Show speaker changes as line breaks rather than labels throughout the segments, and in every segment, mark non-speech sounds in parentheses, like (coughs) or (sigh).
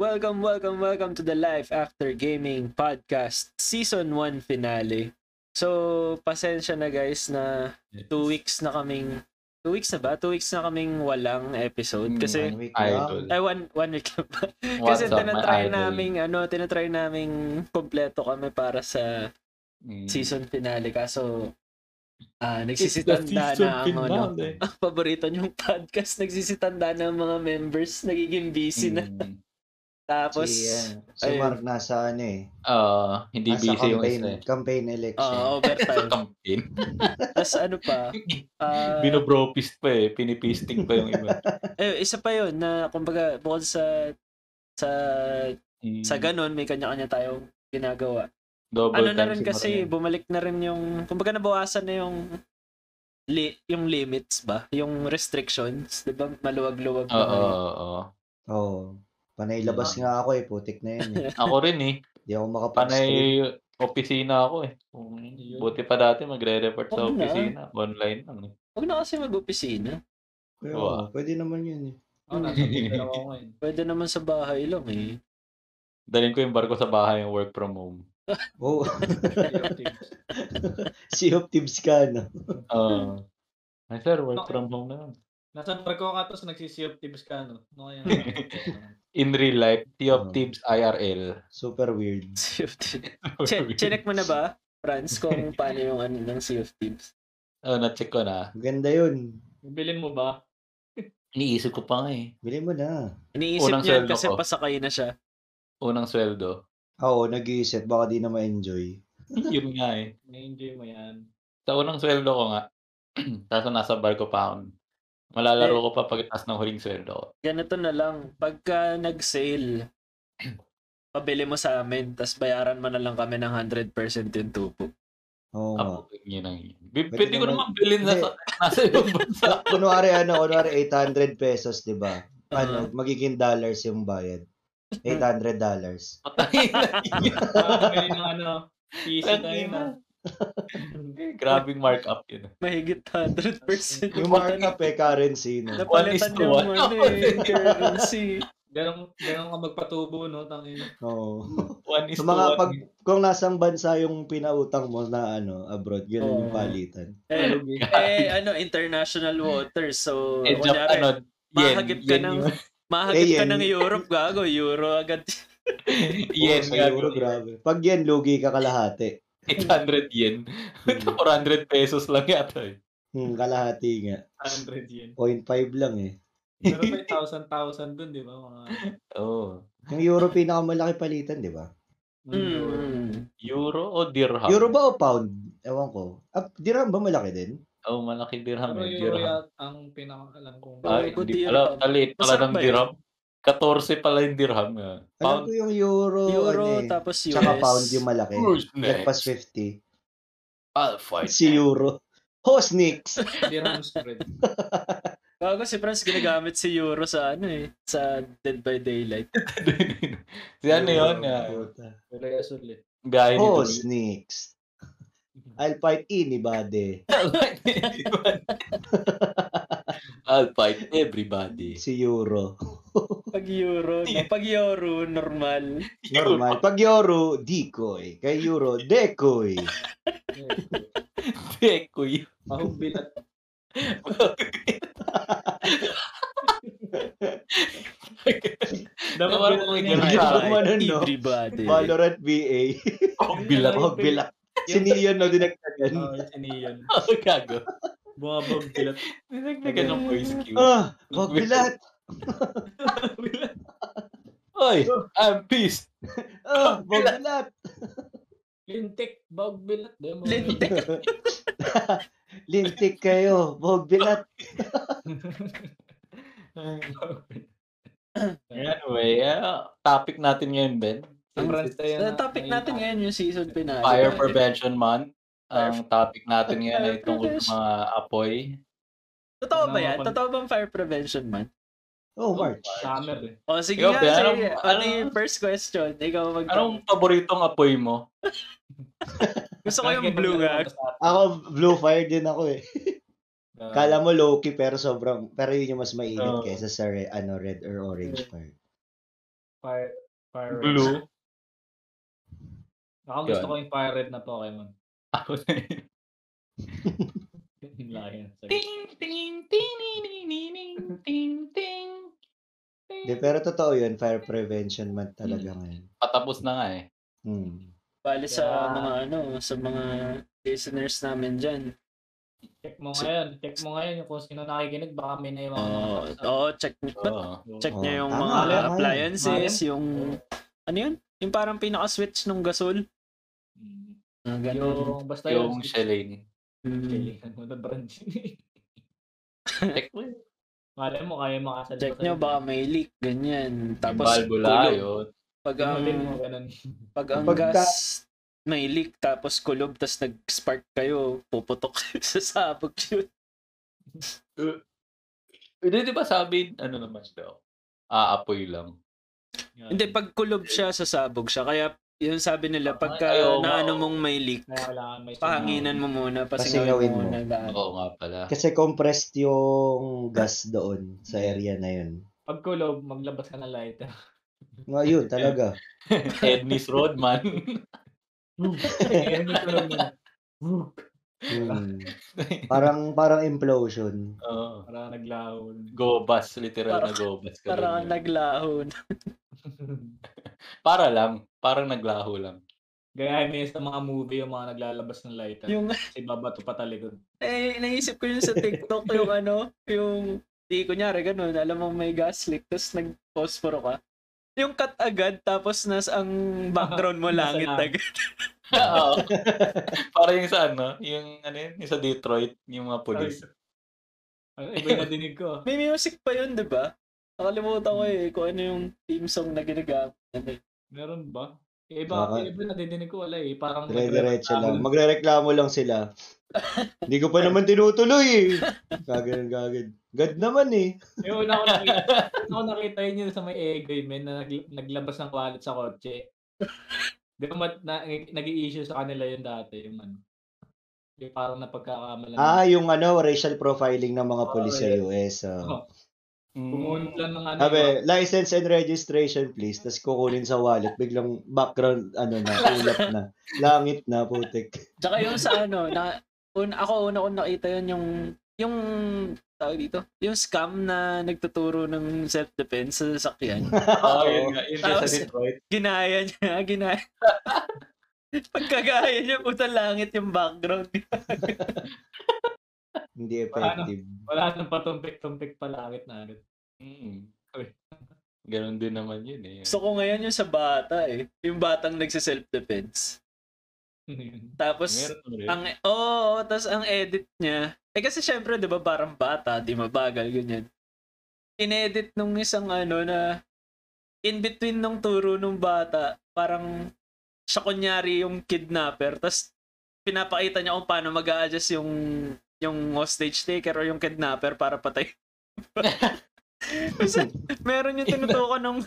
Welcome, welcome, welcome to the Life After Gaming Podcast Season 1 Finale. So, pasensya na guys na two weeks na kaming two weeks na ba? Two weeks na kaming walang
Hmm,
episode kasi
One week
Idol.
ay one, one week lang ba? kasi
What's up, my
tinatry
idol?
namin ano, tinatry namin kompleto kami para sa
Mm.
season finale kaso ah
Hmm. It's the
nagsisitanda
season
na ang ano,
finale.
(laughs) ang paborito niyong podcast nagsisitanda na ang mga members nagiging busy
Hmm.
na
Mm.
tapos
Si, ah,
si ayun.
Mark.
Mark.
Mark nasa ano eh.
Ah, hindi
Nasa
busy yung
campaign,
isa eh.
campaign election.
ah, overtime (laughs)
Campaign.
tapos ano pa ah,
Binobropist pa eh. Pinipisting pa
(laughs)
yung iba.
eh, isa pa yun na kumbaga bukod sa sa
Mm.
sa ganun may kanya-kanya tayong ginagawa
Double
ano na
time
rin
si
kasi
Marlon.
bumalik na rin yung kumbaga nabawasan na yung li, yung limits ba yung restrictions 'di ba maluwag-luwag na
Oo,
ngayon.
oo, oo.
Oo. Panay
Ah.
labas nga ako eh. Putik na
(laughs)
yun eh.
Ako rin
(laughs)
eh.
Di ako makapag-stream.
Panay opisina ako eh. Buti pa dati magre-report sa
Oo Ano na.
opisina. Online lang eh.
Huwag na kasi mag-opisina.
Kaya,
Oo.
Pwede naman yun eh.
Oh, nasa Twitter ako ngayon.
Pwede naman sa bahay lang eh. (laughs)
Dalhin ko yung barko sa bahay yung work from
(laughs)
home.
Oo. (laughs) sea of Thieves ka no?
Ah. Ay, sir, work from home na yun.
Nasa barko ka tapos nagsisiyop tips ka no? Ano kaya?
In real life, Sea of
Oh.
Oo.
Thieves IRL.
Super weird.
Sea of Thieves.
(laughs)
Che- Chinek mo na ba, Franz, kung paano yung ano ng Sea of Thieves?
Oh, na-check ko na.
Maganda yun.
Bilin mo ba?
Iniisip ko pa nga eh.
Bili mo na.
Iniisip
Unang
niya
sweldo
kasi
ko.
pasakay na siya.
Unang sweldo.
Ah, Oo, nag-iisip. Baka di na ma-enjoy.
yun nga eh.
Na-enjoy mo yan.
Sa unang sweldo ko nga, (clears throat) tapos nasa barko pa ako. Malalaro
Eh.
ko pa pagkatapos ng huling sweldo ko.
Ganito na lang, pagka nag-sale, (clears throat) pabili mo sa amin, tas bayaran mo na lang kami ng 100% yung tubo.
Oo nga.
Apo, yun ang yun. B-
Pwede
Pwede ko naman
naman-
bilhin na
Hindi.
sa nasa ibang
(laughs)
bansa.
Kunwari ano, kunwari 800 pesos, di ba?
Ah.
Ano, magiging dollars yung
(laughs)
bayad. 800 dollars.
Patay na yun.
Ah,
(laughs)
Nakakabili ng ano. Easy tayo na. (laughs)
Grabing markup yun.
Mahigit 100%.
Yung markup eh, currency, no?
One is
Napalitan
to
yung
one.
ano
(laughs)
eh, currency.
Ganun, ganun ka magpatubo no? Tangin.
Oo.
One is
So,
to
mga
one.
pag, kung nasang bansa yung pinautang mo na ano, abroad, yun
Oo.
yung palitan.
Eh, eh, ano, international waters. So,
Eh, Jap, ano,
kunyari,
yen,
mahagip ka
yen,
ng,
(laughs) yun.
mahagip ka
Eh, yen.
ng Europe, gago, Euro agad.
yen,
Oo, sa
gago.
euro, grabe. Pag yan, lugi ka kalahati.
800 yen.
Hmm.
400 pesos lang yata eh.
Hmm, kalahati nga.
100 yen.
0.5 lang eh.
Pero may 1,000-1,000 dun, di ba? Mga
Oh.
Yung euro, pinakamalaki palitan, di ba?
euro.
Mm.
Euro o dirham?
Euro ba o pound? Ewan ko. Ah, dirham ba malaki din?
Oh, malaki dirham.
Pero
eh.
euro
Dirham.
yat ang pinakaalam
Ah,
Ay,
kong
Euro,
hindi ko
dirham.
alam. Talit pala
Masarap
ng
ba yun? Ano?
dirham. 14 pala yung dirham. ah.
Alam
Pound.
ko yung euro,
Euro,
ano eh.
tapos US.
Tsaka pound yung
Eh,
malaki.
Who's
Lagpas
next?
50.
I'll fight.
Si euro. (laughs) Hosnix!
dirham spread.
Bago si Franz ginagamit si Euro sa ano eh, sa Dead by Daylight.
(laughs) si ano yun? ah,
Pero yes, ulit.
Biyahe nito.
Hosnix. Oh, I'll fight anybody.
I'll (laughs) fight everyone. I'll fight
(laughs)
everybody.
Si (laughs) euro.
Pag Euro, na, pag Euro, normal.
Normal. Pag euro, decoy. Kay (laughs) euro, decoy.
Pekoy.
(laughs) Mahugbil at
Dapat parang may ganun
I'll
siya.
Yung
fight
ano, no?
Everybody.
Valorant VA.
Pagbilat.
Huwag (laughs) bilak. Si Neon na dinagdagan.
Oh, yun, yun.
Ako gago.
Bumabog
(laughs)
bilat.
Nagdagan ng voice cue.
Ah, huwag bilat.
Oy, I'm pissed.
Ah, huwag bilat.
Lintik, bog bilat. Di mo-
Lintik.
(laughs) Lintik kayo. Huwag bilat.
Anyway, ah, topic natin ngayon, Ben.
Ang ranta yan.
Ang topic natin ngayon yung season finale.
Fire Prevention Month. Ang topic natin ngayon ay tungkol sa mga apoy.
Totoo ba yan? Totoo bang fire prevention man?
Oh, March.
Summer eh.
O sige
Ikaw,
nga,
Ben,
sige.
anong-
Ano
anong-
yung first question? Ikaw mag-
Anong paboritong apoy mo? (laughs)
Gusto ko yung
Lagi
blue
naman
gag.
sa atin.
Ako, blue fire din ako eh.
Ah,
Kala mo Oh. low-key pero sobrang, pero yun yung mas mainit
Oo.
kaysa sa re- ano, red or orange fire.
Fire, fire red.
Blue.
Baka gusto
Yun.
ko yung fire red na Pokemon.
Ako na yun.
Yung laki yan. Sige.
Ting, ting, ting, ting, ting, ting, ting, ting.
Hindi, pero totoo yun, fire prevention month
Mm.
talaga ngayon.
Patapos na nga eh.
Hmm.
Bali sa
Yeah.
mga ano, sa mga listeners namin dyan.
Check mo ngayon. Check mo ngayon yung kung sino nakikinig. Baka may na yung mga
Oo,
nakakausap.
oh, check but
Oo.
check
Oo,
niya yung
tama,
mga
tama yun.
appliances, yung ano yun? Yung parang pinaka-switch nung gasol.
Mm.
Ah, ganun.
Yung basta
Yung
yung...
(laughs)
Shelling.
Mm.
Kailangan mo na branch.
Check mo yun.
(laughs) Malay mo, kaya makasalita.
Check nyo, baka may leak, ganyan. Tapos,
Balbula
kulog.
yun.
Pag ang,
Ganun din mo, ganun.
pag ang
Pagka-
gas, may leak, tapos kulob, tapos nag-spark kayo, puputok (laughs) kayo sa sabog yun.
Hindi, di ba sabi, ano naman daw? Aapoy lang.
Yun.
Hindi, pag kulob siya, sasabog siya. Kaya, yun sabi nila, pagka
Ah, Ayaw,
na
oo.
ano mong may leak,
Kaya kailangan may
pahanginan mo muna,
Pasingawin
pasingawin mo
mo.
muna. bago.
Oo nga pala. (laughs)
Kasi compressed yung gas doon sa
Mm.
area na yun.
Pag kulob, maglabas ka ng lighter.
(laughs)
(laughs)
Ngayon, talaga.
Ednis Rodman. (laughs)
Ayun, may kulob na.
Hmm. Parang parang
(laughs)
implosion.
Oo.
Para naglaho. (laughs)
Gobas, literal na
Parang-
gobas ka
Parang
lang.
ang
yun.
naglaho na.
Para lang, parang naglaho
(laughs)
lang.
Gaya mo yun sa mga movie yung mga naglalabas ng lighter.
Yung,
Kasi babato pa talikod.
eh, naisip ko yun sa TikTok, yung ano, yung, di, kunyari, ganun, alam mo may gas leak, tapos nag-phosphoro ka. Yung cut agad, tapos nas ang background mo
Nasa
langit
langit.
agad. (laughs)
Oo. Para yung sa ano, yung ano yun, yung sa Detroit, yung mga pulis.
Ano, iba
(laughs)
yung nadinig ko.
May music pa yun, di ba? Nakalimutan ko eh, kung ano yung theme song na ginagamit. Ano eh.
Meron ba? Yung Iba,
Baka-
yung iba nadinig ko, wala eh. Parang
Dire-diretso lang. Magrereklamo lang sila. Hindi ko pa naman tinutuloy eh. Gaganon, gagad. God naman eh.
Yung una ko
(laughs)
nakita, una ko nakita yun yung sa may Egoy, men, na nag- naglabas ng wallet sa kotse. Di ba mat, na, nag-i-issue sa kanila yun dati, yung ano. Yung parang napagkakamalan.
Ah, yung ano, racial profiling ng mga
Oo,
pulis sa
Oh, yeah.
US. ah.
Oo.
Mm.
Pumunod lang ng ano. yung-
Sabi, license and registration please. Tapos kukunin sa wallet. Biglang background, ano na, ulap na. Langit na, putik.
Tsaka yung sa ano, na, un, ako una kong nakita yun yung, yung, tawag dito, yung scam na nagtuturo ng self-defense sa sasakyan.
Oo, yun nga. Yun nga sa
Tapos-
Detroit.
Ginaya niya, ginaya. (laughs) Pagkagaya niya, puta langit yung background.
Hindi effective.
Wala nang patumpik-tumpik palangit na agad. (laughs)
Mm. (laughs) Ganon din naman yun eh.
Gusto ko ngayon yung sa bata eh. Yung batang nagsa-self-defense.
Ano
Tapos,
Meron rin.
Ang oo, oh, tapos ang edit niya. Eh kasi syempre 'di ba parang bata, di mabagal ganyan. Inedit nung isang ano na in between nung turo nung bata, parang siya kunyari yung kidnapper, tapos pinapakita niya kung paano mag adjust yung yung hostage taker o yung kidnapper para patay. Kasi meron yung tinutukan ng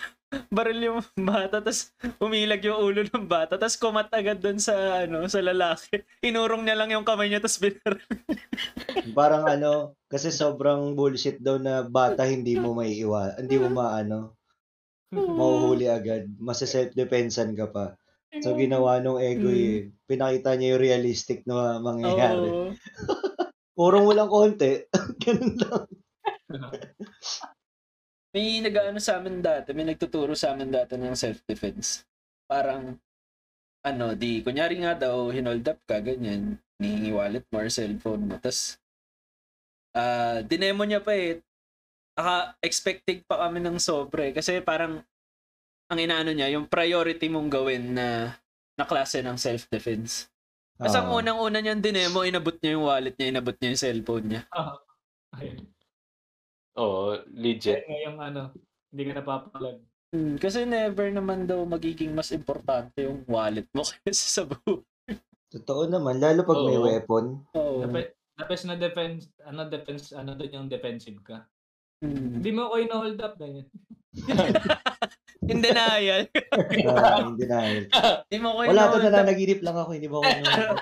baril yung bata, tapos umilag yung ulo ng bata, tapos kumat agad doon sa, ano, sa lalaki. Inurong niya lang yung kamay niya, tapos binar.
(laughs) Parang ano, kasi sobrang bullshit daw na bata hindi mo may iwa, hindi mo maano, mahuhuli agad. Masa self-defensan ka pa. So ginawa nung ego eh. Pinakita niya yung realistic na
Oo.
mangyayari. (laughs) Purong walang konti. (laughs) Ganun lang.
May nag-ano sa amin dati, may nagtuturo sa amin dati ng self-defense. Parang, ano, di, kunyari nga daw, hinold up ka, ganyan, nihingi wallet mo or cellphone mo, tapos, ah, dinemo niya pa eh, Aka, expected pa kami ng sobre, kasi parang, ang inaano niya, yung priority mong gawin na, na klase ng self-defense. Kasi ang
Oo.
unang-una niyang dinemo, inabot niya yung wallet niya, inabot niya yung cellphone niya.
Ayun.
Oo, legit.
Ngayong ano, hindi ka napapalag.
Hmm, kasi never naman daw magiging mas importante yung wallet mo (laughs) kaysa sa buhay.
Totoo naman, lalo pag may
Oo.
weapon.
Oo.
Dapat, dapat na defense, ano defense, ano doon yung defensive ka.
Hmm.
Hindi mo ko ino-hold up eh. ganyan.
In denial.
Ah, hindi na.
(laughs) Hindi mo ko
Wala to,
ino-hold up.
nananaginip lang ako, hindi ba ako nanonood?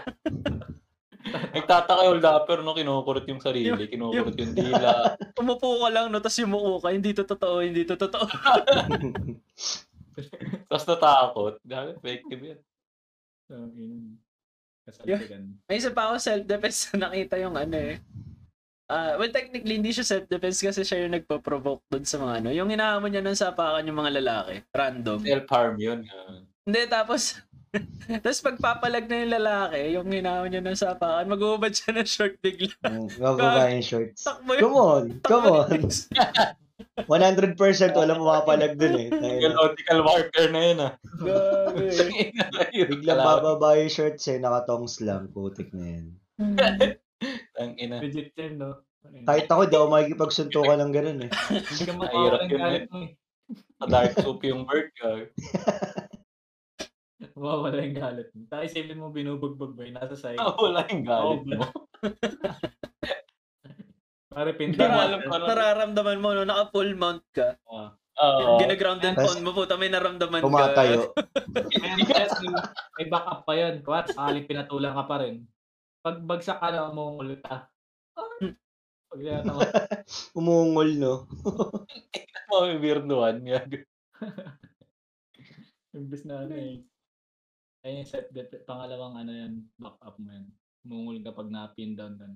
Nagtataka yung lapper no, kinukurot yung sarili, kinukurot yung dila. (laughs)
Umupo ka lang, no, tapos yumuko ka. Hindi to totoo, hindi to totoo.
Tapos natakot. Galit, fake yun.
Kasalpigan.
(laughs) May isa pa ako self-defense (laughs) na nakita yung ano eh. Ah, well, technically, hindi siya self-defense kasi siya yung nagpo-provoke dun sa mga ano. Yung hinahamon niya nun sa apakan yung mga lalaki. Random.
Self-harm yun. ah.
Hindi, tapos... (laughs) tapos pagpapalag na yung lalaki, yung hinahamon niya nun sa apakan, maguhubad siya ng short bigla.
Mm, Babae yung shorts.
Takbo
Come on, come
takbo
on.
(laughs) ni-
100% walang pumapalag dun eh. Tayo na.
Biological marker na yun ah. (laughs)
Grabe.
Biglang bababa yung shorts eh, nakatongs lang, putik na yan.
Ang ina.
Legit yan, no? Ayun.
Kahit ako, di ako makikipagsuntukan ng ganun eh.
Hindi ka
Mahirap
makawa ng
yun,
galit mo eh.
Sa dark soup yung bird ah. ka.
Mawawala yung galit mo. Tapos isipin mo binubugbog mo yun,
(laughs)
nasa side.
Wala yung galit
Oh,
(laughs) mo.
Pare
Hindi
pinta
mo
mo.
alam kung ano.
Nararamdaman mo, no? naka-full mount ka.
Oo.
Ginaground and
Tas-
pound mo, puta, may naramdaman ka. (laughs)
Tumatayo.
(laughs) May backup pa yun. Kwat, sakaling pinatulang ka pa rin. Pag bagsak ka na, umungulit ka. Ah! Pag linataw
(laughs)
ka.
Umungol, no?
Mga weirduhan. Gago.
Imbis na ano eh. Ayun yung set dep- pangalawang ano yan, back up mo yan. Mungol ka pag na-pin down doon.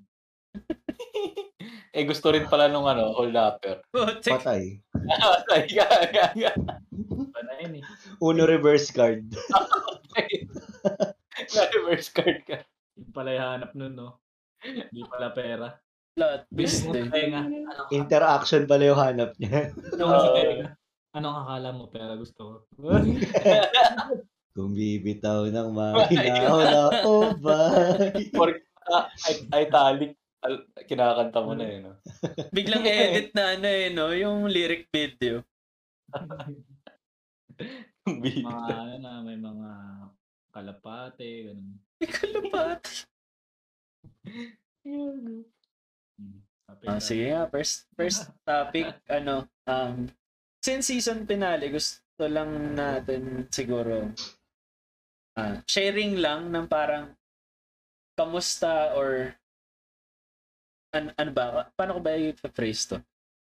Eh gusto rin pala nung ano, Ah, hold (laughs) upper.
Putik.
Patay.
(laughs) Ay, ga- ga- ga.
Iba na yun eh.
Uno reverse card. (laughs)
Na-reverse card ka.
Yung pala yung hanap nun, no? Hindi pala pera.
Plot twist eh.
Ay nga. Anong,
Interaction pala yung hanap niya. (laughs)
anong,
eh.
Oo.
anong Ano akala mo pera gusto
(laughs)
ko?
Kung bibitaw ng mahinaw na, oh bye.
Ah, i- italic. Al- Kinakanta mo na yun. No?
Biglang edit na ano eh, no? Yung lyric video.
Bihira.
mga ano na, may mga kalapate, ganun.
Kalapat.
Mm. Sabi
Ah,
na-
sige nga, first, first topic, ano, um, since season finale, gusto lang natin siguro ah, sharing lang ng parang kamusta or an ano ba, paano ko ba i-phrase to?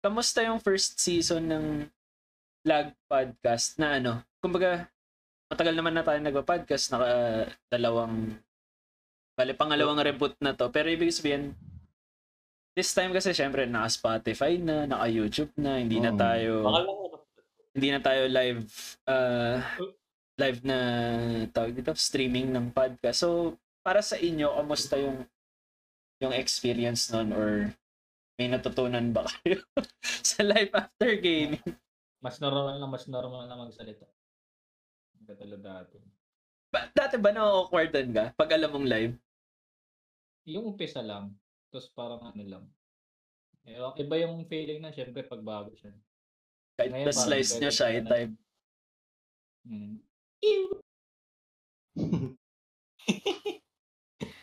Kamusta yung first season ng Lag Podcast na ano, kumbaga, matagal naman na tayo nagpa-podcast, naka dalawang, bali pangalawang reboot na to, pero ibig sabihin, this time kasi syempre naka Spotify na, naka YouTube na, hindi na
Oo.
tayo
Bakal lang ano.
hindi na tayo live uh,
Oh.
live na tawag dito streaming ng podcast. So para sa inyo, kamusta yung yung experience nun or may natutunan ba kayo (laughs) sa live after gaming?
(laughs) Mas normal na, mas normal na magsalita. Hindi ka tulad dati.
Ba, dati ba na-awkwardan ka pag alam mong live?
Yung umpisa lang, tapos parang ano lang. Ewan, iba yung feeling na syempre pag bago siya.
Kahit
Ngayon,
na
parang
slice
pwede
nyo siya, eh,
ka na-
type.
Mm. Ew!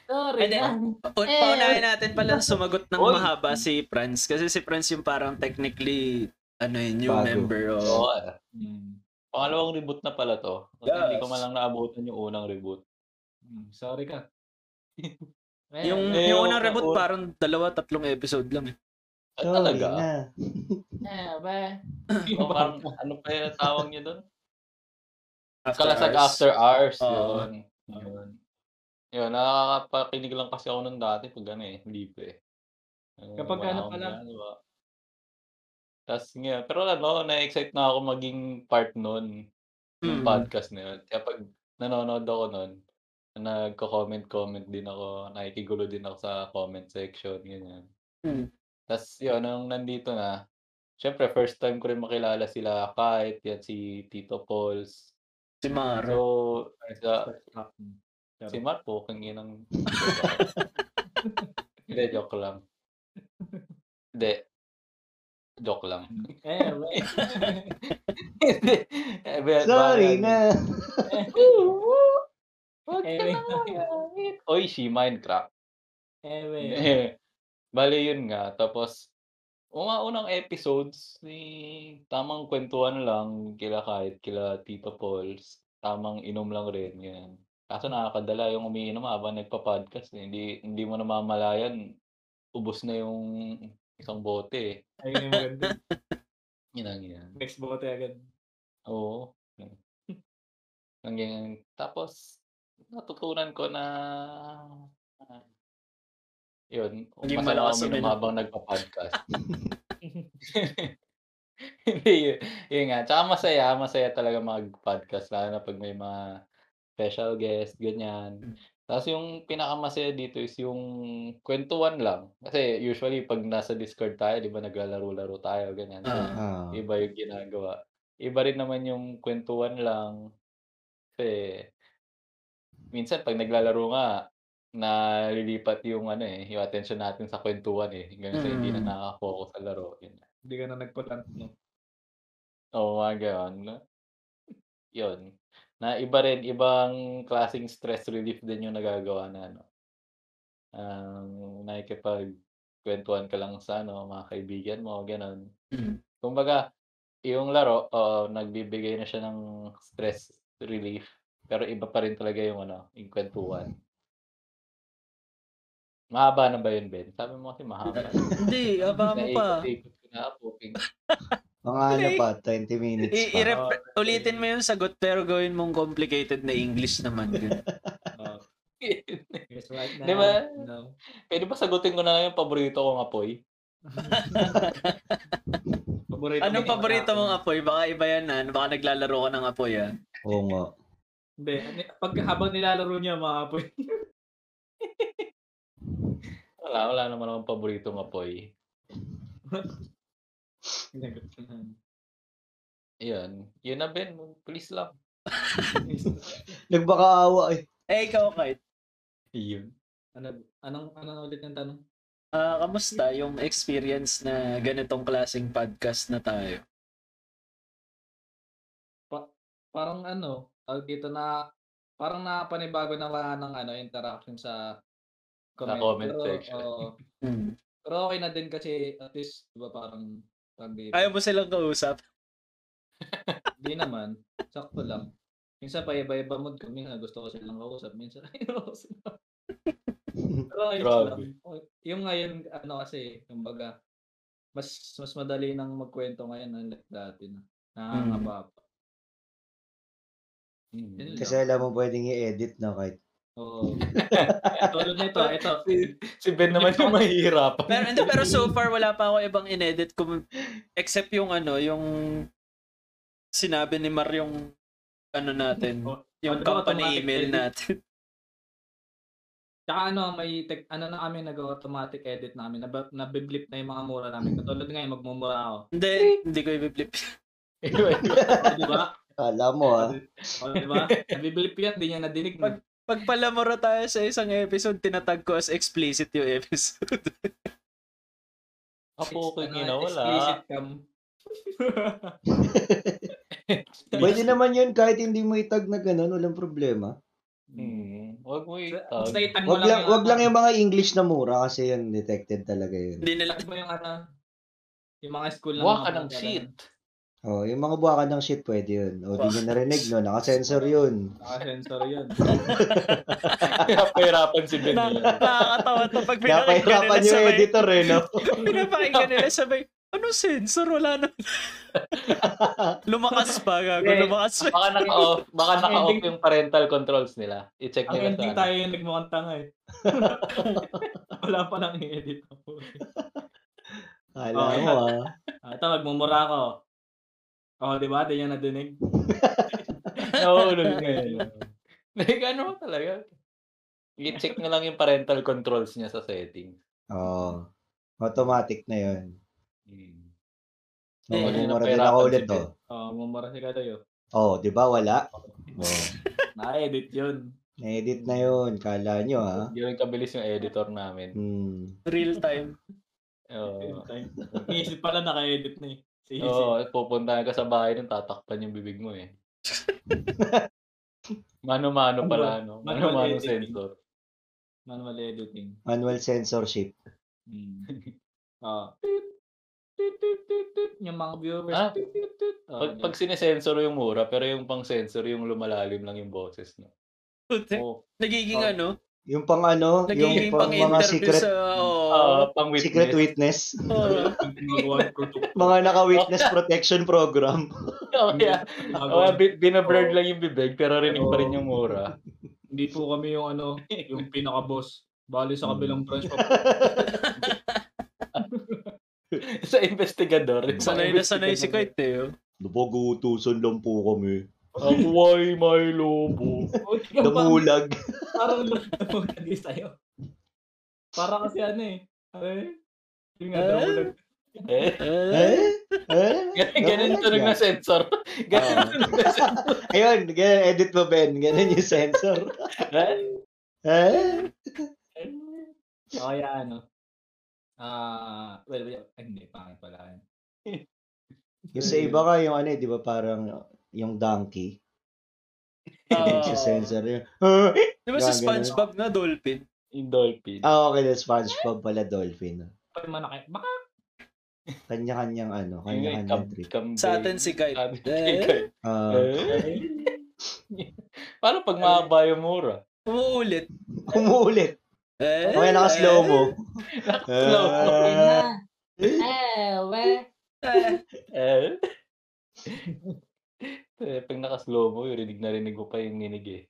Sorry.
Ay, di. ah. Pa- Paunahin natin pala sumagot ng
Oy.
mahaba si Franz. Kasi si Franz yung parang technically ano yun, new
Bago.
member.
Oo.
Oh.
ah.
Mm.
Pangalawang reboot na pala to. Kasi
Yes.
hindi ko man lang naabutan yung unang reboot.
Mm. Sorry ka. (laughs)
Yung,
Eh,
yung unang
okay,
reboot
oh.
parang dalawa, tatlong episode lang. eh.
Ah,
Sorry
(laughs) talaga.
na.
(laughs)
O,
Oh,
parang, ano pa yung tawag niya doon?
After
Kalasag
hours.
After Hours.
Oo.
Yun. Yun. Yun, nakakapakinig lang kasi ako ng dati pag ano eh, hindi pa eh.
Kapag ano pala?
Tapos nga, pero ano, na-excite na ako maging part nun,
Mm.
ng podcast na yun. Kaya pag nanonood ako nun, nagko-comment-comment din ako, nakikigulo din ako sa comment section, ganyan.
Mm.
Hmm.
Tapos yun, nung nandito na, syempre first time ko rin makilala sila kahit yan si Tito Pauls.
Si Maro.
So, sa,
(laughs) Pero-
si Marco, kung yun
(laughs)
ang... Hindi, joke lang. Hindi. Joke lang. (laughs)
Eh, weh.
Hindi. Eh, ba-
Sorry
baka-
na. (laughs)
eh, weh.
Oy, si Minecraft.
Eh,
(laughs)
weh.
Eh, Bale, yun nga. Tapos, mga unang episodes, ni tamang kwentuhan lang kila kahit kila Tito Pauls. Tamang inom lang rin, yan. Kaso nakakadala yung umiinom habang nagpa-podcast. eh. Hindi, hindi mo namamalayan, ubos na yung isang bote. eh.
Ayun yung maganda.
Yun ang yan.
Next bote agad.
Oo. Hanggang, tapos, natutunan ko na, ah, yun,
Hindi
masaya
malakas
ako uminom
uminom.
habang nagpa-podcast. Hindi, yun, yun nga. Tsaka masaya, masaya talaga mag-podcast, lalo na pag may mga special guest, ganyan. Tapos yung pinakamasaya dito is yung kwentuhan lang. Kasi usually pag nasa Discord tayo, di ba naglalaro-laro tayo, ganyan.
Ah.
Ah.
Iba yung ginagawa. Iba rin naman yung kwentuhan lang. Kasi, minsan pag naglalaro nga, nalilipat yung ano eh, yung attention natin sa kwentuhan eh. Hanggang sa hindi na
Mm.
nakaka-focus sa laro. Yun.
Hindi ka na nagputant, no?
Oo, mga ganun. Yun. Na iba rin, ibang klaseng stress relief din yung nagagawa na ano. Um, nakikipag kwentuhan ka lang sa ano, mga kaibigan mo, ganun.
Mm.
Kumbaga, yung laro, oo, nagbibigay na siya ng stress relief. Pero iba pa rin talaga yung ano, yung kwentuhan.
Mm.
Mahaba na ba yun, Ben? Sabi mo kasi
(laughs)
mahaba.
Hindi, aba mo pa.
Naikot-ikot ko na, poking.
Mga ano pa, 20 minutes
I-
pa.
i-rep- ulitin mo yung sagot pero gawin mong complicated na English naman. Yun.
Oh, because right now,
Di ba?
no.
(laughs) Pwede ba sagutin ko na lang yung paborito kong apoy?
Paborito
Anong
mo yung
paborito
akin.
mong apoy? Baka iba yan ah. Baka naglalaro ka ng apoy ah.
Oo nga.
Hindi. ano- Pag habang nilalaro niya, mga apoy.
Wala, wala naman akong paboritong apoy.
Sinagot ko na.
Ayun. Yun na, Ben. Please lang.
Nagbakaawa eh.
Eh, ikaw, Kite.
Yun.
ano, anong, anong ulit yung tanong?
Ah, kamusta yung experience na ganitong klaseng podcast na tayo?
Parang ano, tawag dito na, parang nakapanibago na wala ng ano, interaction sa
comment
Pero,
section.
oo.
Hmm.
pero okay na din kasi at least, di ba parang, tawag dito.
Ayaw
(laughs)
mo silang kausap?
Hindi naman. Sakto lang. Minsan pa iba-iba mood ko. Minsan gusto ko silang kausap. Minsan (laughs) ayaw ko sila. Pero ayos
Grabe.
lang. O, Yung ngayon, ano kasi, kumbaga, mas mas madali nang magkwento ngayon unlike dati na. Nakakaba pa.
Mm.
Kasi alam mo pwedeng i-edit na kahit.
Oo. (laughs) Tulad nito, ito.
Si, si Ben naman yung mahihirapan.
Pero, hindi, pero so far, wala pa ako ibang inedit. Kum- except yung ano, yung sinabi ni Mar yung ano natin,
Oh,
yung
ano ba,
company
automatic
email
edit?
natin. (laughs)
Tsaka ano, may tech, ano na kami nag-automatic edit namin. Nab- nabiblip na yung mga mura namin. Katulad ngayon, magmumura ako.
hindi, hindi ko i-flip.
O, di ba?
Alam mo ah.
O, Oh, di ba? Nabiblip yan, di niya nadinig.
Pag- Pag palamura tayo sa isang episode, tinatag ko as explicit yung episode. (laughs)
Apo ko
Ano,
yun na wala.
Explicit (laughs) cam.
(laughs) Pwede naman yun kahit hindi mo itag na ganun, walang problema.
Hmm. Huwag mo
Basta
itag.
itan mo
Wag lang,
yung- ano,
wag lang yung mga English na mura kasi yun detected talaga yun.
Hindi nila
Itan mo yung ano, yung mga school na
Buwa ka
mga
ng
ganun.
(laughs) shit.
Oh, yung mga buwakan ng shit pwede yun. O, di nyo narinig, no? Nakasensor yun.
(laughs)
Naka-sensor yun.
(laughs) Napahirapan si Ben
Na-
yun.
nakakatawa to pag pinapakinggan
Napahirapan
nila
yung
sabay.
editor eh,
(laughs)
no? (laughs)
Pinapakinggan nila sabay. Anong sensor? Wala na. lumakas pa, gago.
Eh,
Lumakas pa.
Baka naka-off, baka
Ang
naka-off
ending-
yung parental controls nila. I-check
Ang
nila
ending
sa ano.
tayo yung nagmukhang tanga eh. (laughs) Wala pa lang i-edit.
Alam
Okay.
mo ah. (laughs)
Ah, ito, magmumura ako. Oh, di ba? Di niya nadinig.
(laughs) Nahulog na yun. Like, ano ba talaga? I-check na lang yung parental controls niya sa setting.
Oo. Oh, Automatic na yun.
Hmm. Ah,
Oh,
Eh,
Magmumura
napahirapan
din ako
si
ulit,
Ben.
oh.
Oh, mumura si Kaloyo.
Oh, di ba wala? Oh,
Na-edit yun.
Mm.
na-edit na yun. Kala nyo, ha?
Ganun kabilis yung editor namin.
Hmm.
Real time.
Oo.
Iisip pala naka-edit na eh. Sa isip.
Oo, pupuntahan ka sa bahay nung tatakpan yung bibig mo eh. Mano-mano pala,
Ano
no?
Manual
Mano-mano
editing.
sensor.
Manual editing.
Manual censorship.
Mm. Ah. Tit, tit, tit, tit, tit. Yung mga viewers.
Ah.
tit, tit, tit. Ah,
Pag,
yun.
pag sinesensor yung mura, pero yung pang-sensor, yung lumalalim lang yung boses. No?
Puti.
Oh,
Nagiging
Oh.
ano,
Yung pang ano, yung
Nagiging
pang mga
pang-interview
secret
sa... Oo.
Ah, pang witness.
secret witness,
Oo.
Magawa ng protocol.
mga
(laughs)
naka-witness protection program.
(laughs) Oh, yeah. Oh,
Magawa-
bin- binablurred
Oo.
lang yung bibig pero rinig pa rin yung
Oh.
(laughs)
mura.
Hindi po kami yung ano, yung pinaka-boss. Bali sa
Hmm.
kabilang branch pa.
(laughs) (laughs) sa investigador.
(laughs) Sanay na sanay si Koit eh. oh.
Napag-uutusan lang po kami.
Abuay, may lobo.
Oh, di ka pa-
Damulag.
Parang lumagkagi sa'yo. Para kasi ano eh. Ay, yung nga
Ah.
daw ulag.
(laughs) Eh, (laughs)
Ah,
eh? Eh? Ah.
ganun tunog na sensor. Ganun tunog na sensor.
(laughs) Ayun, ganun, edit mo, Ben. Ganun yung
(laughs)
sensor. eh?
O kaya ano. Ah, well, well, ay, hindi, pangit pala. yun.
Yung sa iba ka, yung ano eh, di ba parang yung donkey. (laughs) Yung sa sensor yun.
Ah.
Ah,
Di ba sa
Gagano.
Spongebob na dolphin?
Yung dolphin.
Ah, okay, that's Spongebob pala, dolphin.
Pag manakit, baka
Kanya-kanyang ano,
Yung
kanya-kanyang
kam-
trip.
kambing.
Sa atin si Koit.
Sabi ni
Eh?
Koit.
Ah,
Eh? (laughs) Paano pag mahaba yung mura?
Umuulit.
umuulit.
Eh,
Okay, naka-slow mo.
Slow mo.
Ah,
Eh,
Eh? eh, pag naka-slow mo, yung rinig na rinig ko pa yung ninig eh.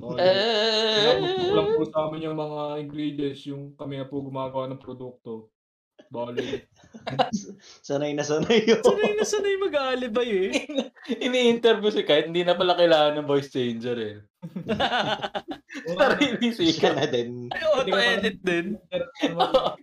Oh,
Eh?
Lang po sa amin yung mga ingredients, yung kami na po gumagawa ng produkto. Bali.
(laughs) sanay na sanay yun.
sanay na sanay mag-aalibay eh.
Ini-interview si Kite, hindi na pala kailangan ng voice changer
(laughs)
eh. Sarili
Siya
siya.
na din.
Ay, auto-edit din.
(laughs)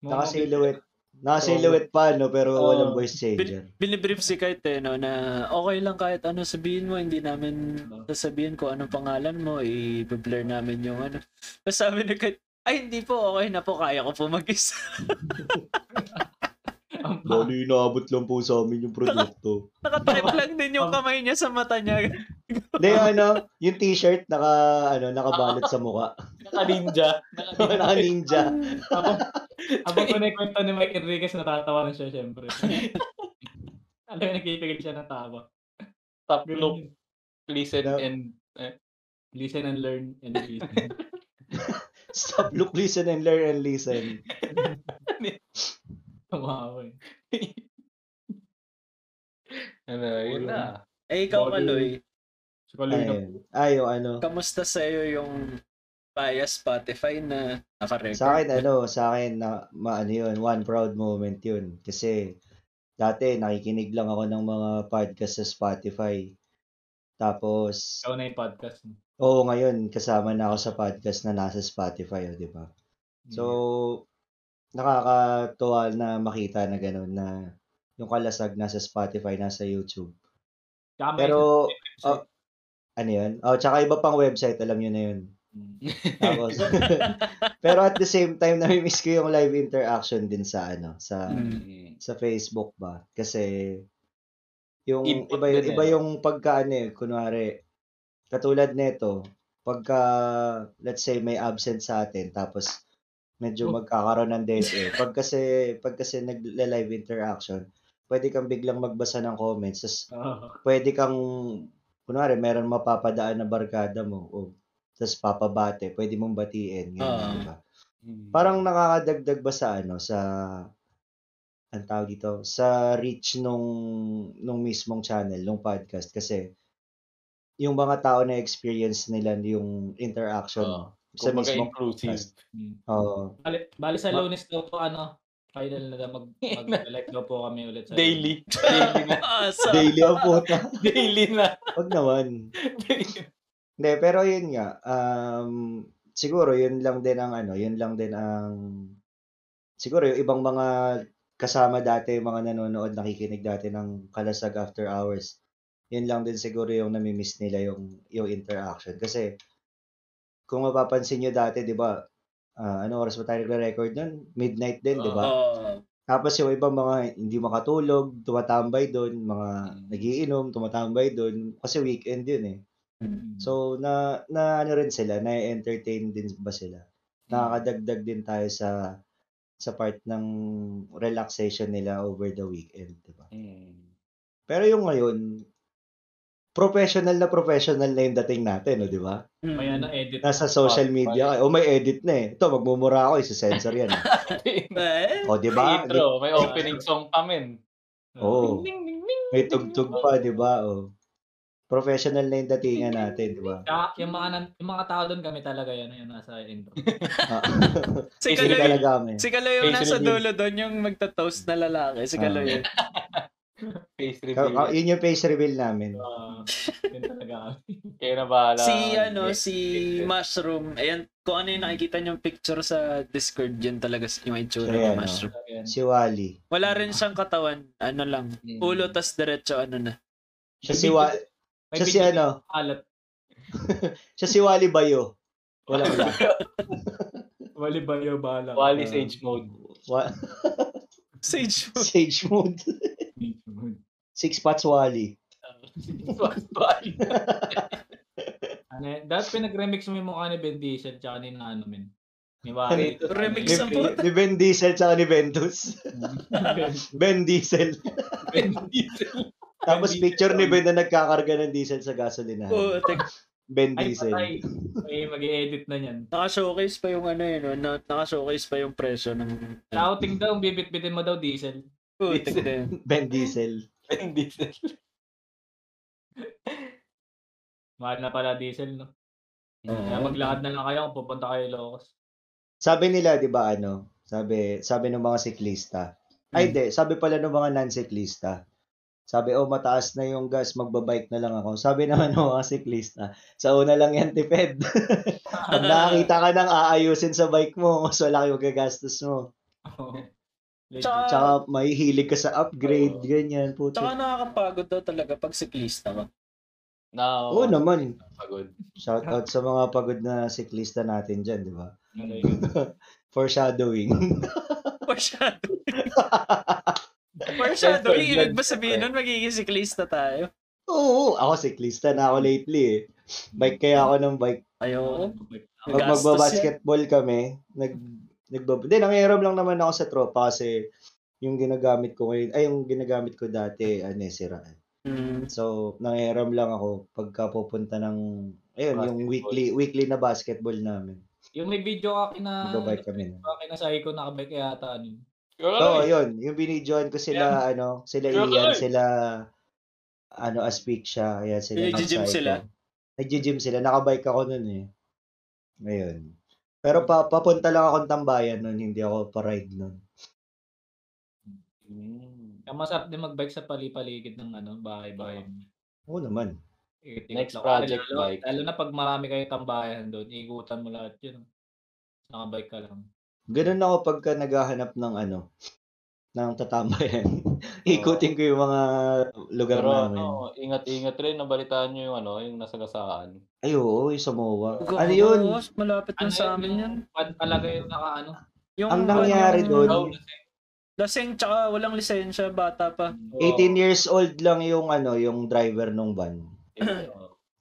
(laughs)
Naka-silhouette. Naka-silhouette pa, no? Pero
Oo.
walang voice changer.
Binibrief si Kite eh, no, na okay lang kahit ano sabihin mo, hindi namin sasabihin ko anong pangalan mo, i-blur namin yung ano. Tapos sabi ni Kite, ay hindi po, okay na po, kaya ko po mag-isa. (laughs)
Lalo inaabot lang po sa amin yung produkto.
Nakatrip lang din yung kamay niya sa mata niya.
(laughs) Hindi, yung ano, yung t-shirt, naka, ano, nakabalot sa mukha. (laughs)
Naka-ninja. Naka-ninja.
Naka-ninja.
Habang, habang kunikwento ni Mike Enriquez, natatawa na siya, syempre.
(laughs)
Alam mo, nagpipigil siya ng tawa.
Stop, look,
Ganun yun.
listen, eh.
No.
and
eh, Listen and learn and listen.
(laughs) Stop, look, listen, and learn, and listen.
Tumawa eh.
ano, yun na.
Eh, ikaw,
Body-
Kaloy,
So, kaloy na
Ayun. Ay, yung ano.
kamusta sa'yo yung via Spotify na nakarecord?
Sa akin, ano, sa akin, na, ma, ano yun, one proud moment yun. Kasi, dati, nakikinig lang ako ng mga podcast sa Spotify. Tapos,
ikaw na yung podcast mo.
oo, ngayon, kasama na ako sa podcast na nasa Spotify, oh, di ba? So, nakakatuwa na makita na gano'n na yung kalasag nasa Spotify, nasa YouTube.
Tsaka may
Pero, oh,
isang
ano yun? Oh, tsaka iba pang website, alam nyo na yun. (laughs) Tapos,
(laughs)
pero at the same time, nami-miss ko yung live interaction din sa ano, sa
Hmm.
Mm.
sa Facebook ba? Kasi yung
Input
iba yung,
din eh,
iba
no?
yung pagka ano, eh, kunwari katulad nito, pagka let's say may absent sa atin tapos medyo
Oh.
magkakaroon ng dead air. Pag kasi pag kasi nagle-live interaction, pwede kang biglang magbasa ng comments. Tas
Oh,
pwede kang kunwari meron mapapadaan na barkada mo o tas papabate, pwede mong batiin. Ganyan,
Ah.
diba? parang nakakadagdag ba sa ano sa ang tawag dito sa reach nung nung mismong channel nung podcast kasi yung mga tao na experience nila yung interaction
Oo.
sa
Oh, Kumbaga
mismong
inclusive.
podcast. Oo.
bali, bali sa
Ma-
lunes daw po, ano, final na
(laughs)
daw mag, mag-elect daw po kami ulit sa
Daily. Daily na.
Asa.
daily ang puta.
(laughs) Daily na.
Wag naman. Hindi, pero yun nga. Um, siguro yun lang din ang ano, yun lang din ang siguro yung ibang mga kasama dati, mga nanonood, nakikinig dati ng Kalasag After Hours. Yun lang din siguro yung namimiss nila yung yung interaction kasi kung mapapansin nyo dati, 'di ba? ah, ano oras ba tayo nagre-record nun? Midnight din, 'di ba?
Oo.
Tapos yung ibang mga hindi makatulog, tumatambay doon, mga
Mm.
nagiinom, tumatambay doon kasi weekend yun eh.
So,
So na na ano rin sila, na-entertain din ba sila? Nakakadagdag din tayo sa sa part ng relaxation nila over the weekend, 'di ba?
Mm.
Pero yung ngayon, professional na professional na yung dating natin, no, di ba?
Hmm.
May ano, edit.
Nasa social
Ah,
media, o may edit na eh. Ito, magmumura ako, isa-sensor yan. eh.
Eh,
O, di ba? Oh.
Intro, may opening song pa men.
Oh.
Oo.
Ding, ding, ding.
May tugtog pa, di ba? O. Professional na yung datingan natin,
(laughs)
di ba?
Tsaka, yung mga, nan- yung mga tao doon kami talaga yan, yung nasa
(laughs)
intro.
Ah,
si
Hindi
Kaloy,
talaga kami.
si Kaloy yung
Face
nasa
reveal.
dulo doon yung magta-toast na lalaki. Si Kaloy
Ah.
yun.
Face
Ka- ka-
reveal.
Ah, Yun yung face reveal namin.
Uh, yun talaga
(laughs)
kami.
Kayo na bahala.
Si ano, si
yes.
Mushroom. Ayan, kung ano yung nakikita niyong picture sa Discord, yun talaga yung itsura ni
Ayan, oh.
Mushroom.
Talaga yan.
Si Wally.
Wala rin siyang katawan. Ano lang. Ulo tas diretso ano na.
Siya si, Wa- siya
May
si
video-
ano,
Alat.
siya si Wally Bayo. Wala
(laughs)
wala.
Wali ba yung bala? (laughs)
Wally Sage Mode.
Wa- (laughs)
Sage.
Sage mode. (laughs) Six spots Wally.
Wally.
ano yan? Dahil pinag-remix mo yung mukha ni Ben Diesel tsaka ni Nano, men. Ni
(laughs)
Wally.
Remix
Ni,
Sa puta.
ni Ben Diesel tsaka ni Ventus. (laughs)
(laughs)
Ben Diesel.
Ben Diesel.
Tapos
Diesel.
picture ni Ben na nagkakarga ng diesel sa gasolina.
Oh, tek,
Ben
Ay,
Diesel.
patay. May mag-edit na yan.
naka-showcase pa yung ano yun. oh. Na, naka-showcase pa yung presyo ng...
Shouting daw, bibitbitin mo daw diesel.
Putik din.
Ben Diesel.
Ben Diesel.
Mahal na pala diesel, no? Kaya
Oo.
maglakad na lang kayo kung pupunta kayo Locos.
Sabi nila, 'di ba ano? Sabi, sabi ng mga siklista. Ay, hindi. Sabi pala ng mga non-siklista. Sabi, oh, mataas na yung gas, magbabike na lang ako. Sabi naman ng mga siklista, sa una lang yan tipid. (laughs) Pag nakakita ka nang aayusin sa bike mo, (laughs) mas wala kang gagastos mo.
Oo. Legit.
Tsaka-
Tsaka may hilig ka sa upgrade,
Oo.
ganyan, puto.
Tsaka nakakapagod daw talaga pag siklista (laughs) ka.
Na,
Oo naman.
Pagod.
Shout out sa mga pagod na siklista natin dyan, di ba?
Ano yun?
Foreshadowing. (laughs)
Foreshadowing. Foreshadowing,
Self-employed
ibig ba sabihin
syempre.
nun magiging siklista tayo?
Oo, ako siklista na ako lately eh. Bike kaya ako ng bike.
Ayoko.
Ako,
Pag
Gastos
magbabasketball kami, nag, nagbab... Hindi, nangyayarap lang naman ako sa tropa kasi yung ginagamit ko ngayon, ay yung ginagamit ko dati, ano, eh, siraan.
Mm.
So, nangiram lang ako pagka pupunta ng ayun, yung
Basketball.
weekly weekly na basketball namin.
Yung may video ka kina...
Magbabike kami. Na.
Baka kinasay ko nakabike yata ano. yun.
So, ayun, yung binidyoan ko sila ano, sila
Kaya
Ian,
tuloy.
sila ano, Aspik siya, ayan sila.
Nagji-gym
Nagsaiko.
sila?
Nagji-gym sila, nakabike ako noon eh. Ayun. Pero pa, papunta lang akong tambayan noon, hindi ako pa-ride noon.
Mm.
Kaya masarap din magbike sa pali-paligid ng ano, bahay-bahay.
Oo naman.
Iikot-ikot
Next
lang.
project
lalo,
bike.
Lalo na pag marami kayong tambayan doon, iigutan mo lahat yun. Nakabike ka lang.
Ganun ako pagka naghahanap ng ano, ng tatambayan. (laughs) Ikutin ko yung mga lugar
Pero
namin.
ano, ingat-ingat rin. Nabalitaan nyo yung ano, yung nasagasaan.
Ay, oo, yung Samoa. Ano yun?
Oo, Malapit na sa amin yan.
Pad Ano talaga yung naka ano.
Yung
Ang nangyari
ano,
doon,
Ikaw,
Lasing tsaka walang lisensya, bata pa.
18 years old lang yung ano, yung driver nung van.
Eh,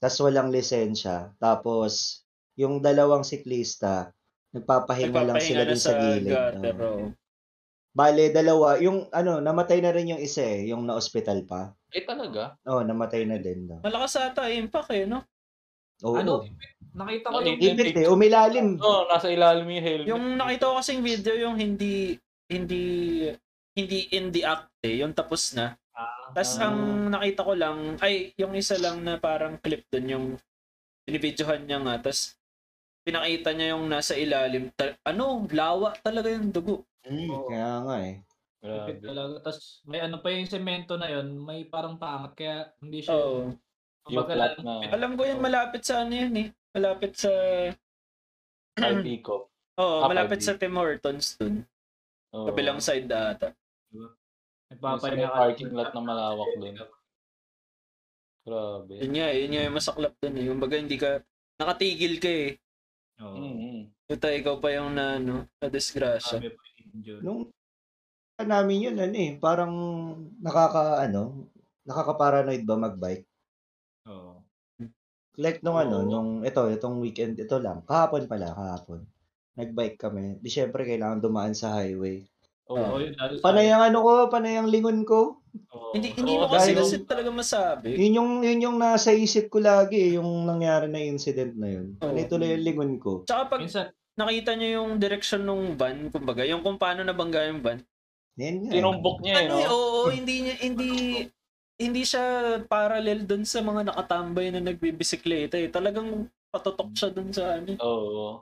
Tapos walang lisensya. Tapos, yung dalawang siklista, nagpapahinga lang sila
na
dun sa gilid.
gutter,
Oo.
oo.
Bale, dalawa. Yung ano, namatay na rin yung isa eh, yung na-hospital pa.
Eh talaga?
Oo, namatay na din daw.
Malakas ata yung impact eh, no?
Oo.
Ano? Nakita ko yung
Ipit eh, umilalim.
Oo, nasa ilalim yung helmet.
Yung nakita ko kasing video yung hindi hindi hindi in the act eh, yung tapos na. Tapos
Ah.
ang nakita ko lang, ay, yung isa lang na parang clip dun, yung binibidyohan niya nga, tapos pinakita niya yung nasa ilalim. Ta- ano, lawa talaga yung dugo.
Kaya nga eh.
Ipit
Grabe.
talaga. Tapos may ano pa yung semento na yun, may parang pangat kaya hindi siya.
Oo.
Yung
kumbaga,
flat na
Alam ko yun, malapit sa ano yun eh. Malapit sa... (clears throat)
Alpico.
Oo,
Ah,
malapit
pwede.
sa Tim Hortons dun.
Oh.
Kabilang side ata.
Yung
Nagpapahinga ka.
parking lot na malawak dun. Grabe.
Yun nga, yun nga yung masaklap dun eh. Yung baga hindi ka... Nakatigil ka eh.
Oo.
Mm-hmm.
Puta, ikaw pa yung na, ano, na disgrasya.
Sabi po yung injured.
Nung namin yun, ano eh, parang nakaka, ano, nakaka-paranoid ba mag-bike?
Hmm.
Oo.
Like nung ano,
Oo.
nung ito, itong weekend, ito lang, kahapon pala, kahapon. Nag-bike kami. Di syempre, kailangan dumaan sa highway.
Oh,
Oo, yun lalo sa-
Panay ang ano ko, panay ang lingon ko.
Oo.
Hindi, hindi
Oo,
mo kasi
dahil-
kasi talaga masabi.
Yun yung, yun yung nasa isip ko lagi, eh, yung nangyari na incident na yun.
Oo.
Ano tuloy yung lingon ko?
Tsaka pag
Minsan,
nakita nyo yung direction ng van, kumbaga, yung kung paano nabangga yung van.
Yan nga.
Tinumbok niya eh,
Ano
no?
eh, oo, hindi niya, hindi, hindi siya parallel dun sa mga nakatambay na nagbibisikleta eh. Talagang patutok siya dun sa ano. (laughs)
Oo. Oh,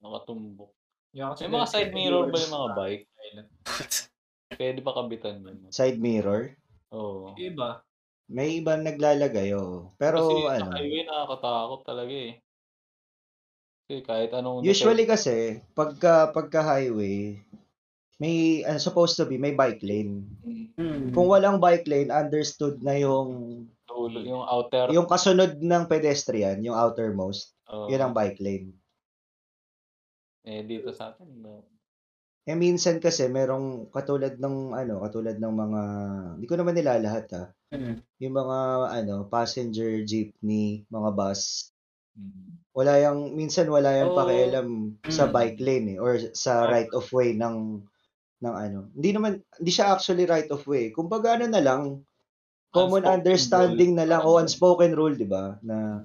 nakatumbok.
yung
May mga side mirror ba yung mga bike? Pwede ba kabitan yun?
Side mirror.
Oo.
Iba.
May iba naglalagay, oo. Pero
Kasi
ano,
sa highway nakakatakot talaga eh. Kasi kahit anong...
usually kasi, pagka, pagka highway, may, ano, supposed to be, may bike lane.
Mm,
Hmm.
Kung walang bike lane, understood na yung,
dulo, yung outer...
yung kasunod ng pedestrian, yung outermost,
oo.
yun ang bike lane.
oh, Eh, dito sa atin, no.
Eh minsan kasi merong katulad ng ano, katulad ng mga hindi ko naman nila lahat ah.
Hmm.
Yung mga ano, passenger jeepney, mga bus.
Mm.
Wala yang minsan wala yang
Oo.
pakialam sa
Mm.
bike lane eh, or sa right of way ng ng ano. Hindi naman hindi siya actually right of way. Kumbaga ano na lang common
Unspoken
understanding
rule.
na lang o unspoken rule, 'di ba? Na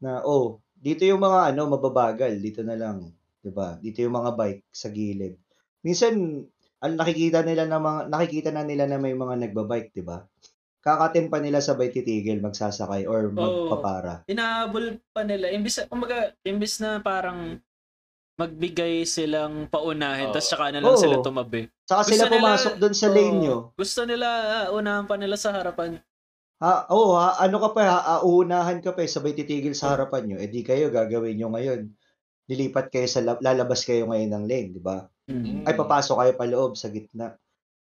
na oh, dito yung mga ano mababagal, dito na lang, 'di ba? Dito yung mga bike sa gilid. Minsan ang nakikita nila na mga nakikita na nila na may mga nagbabike, 'di ba? Kakatin pa nila sabay titigil, magsasakay or magpapara.
inaabol pa nila. Imbis, kumbaga, imbis na parang magbigay silang paunahin,
Oo.
tapos saka na lang
Oo.
sila tumabi.
Saka
Gusto
sila
nila-
pumasok doon sa lane
Oo.
nyo.
Gusto nila, ah, unahan pa nila sa harapan.
Ha, oh, ha, ano ka pa, ha, auunahan ka pa, eh, sabay titigil sa harapan nyo. Eh di kayo, gagawin nyo ngayon. Lilipat kayo sa, lab- lalabas kayo ngayon ng lane, di ba?
Mm.
Ay, papasok kayo pa loob sa gitna.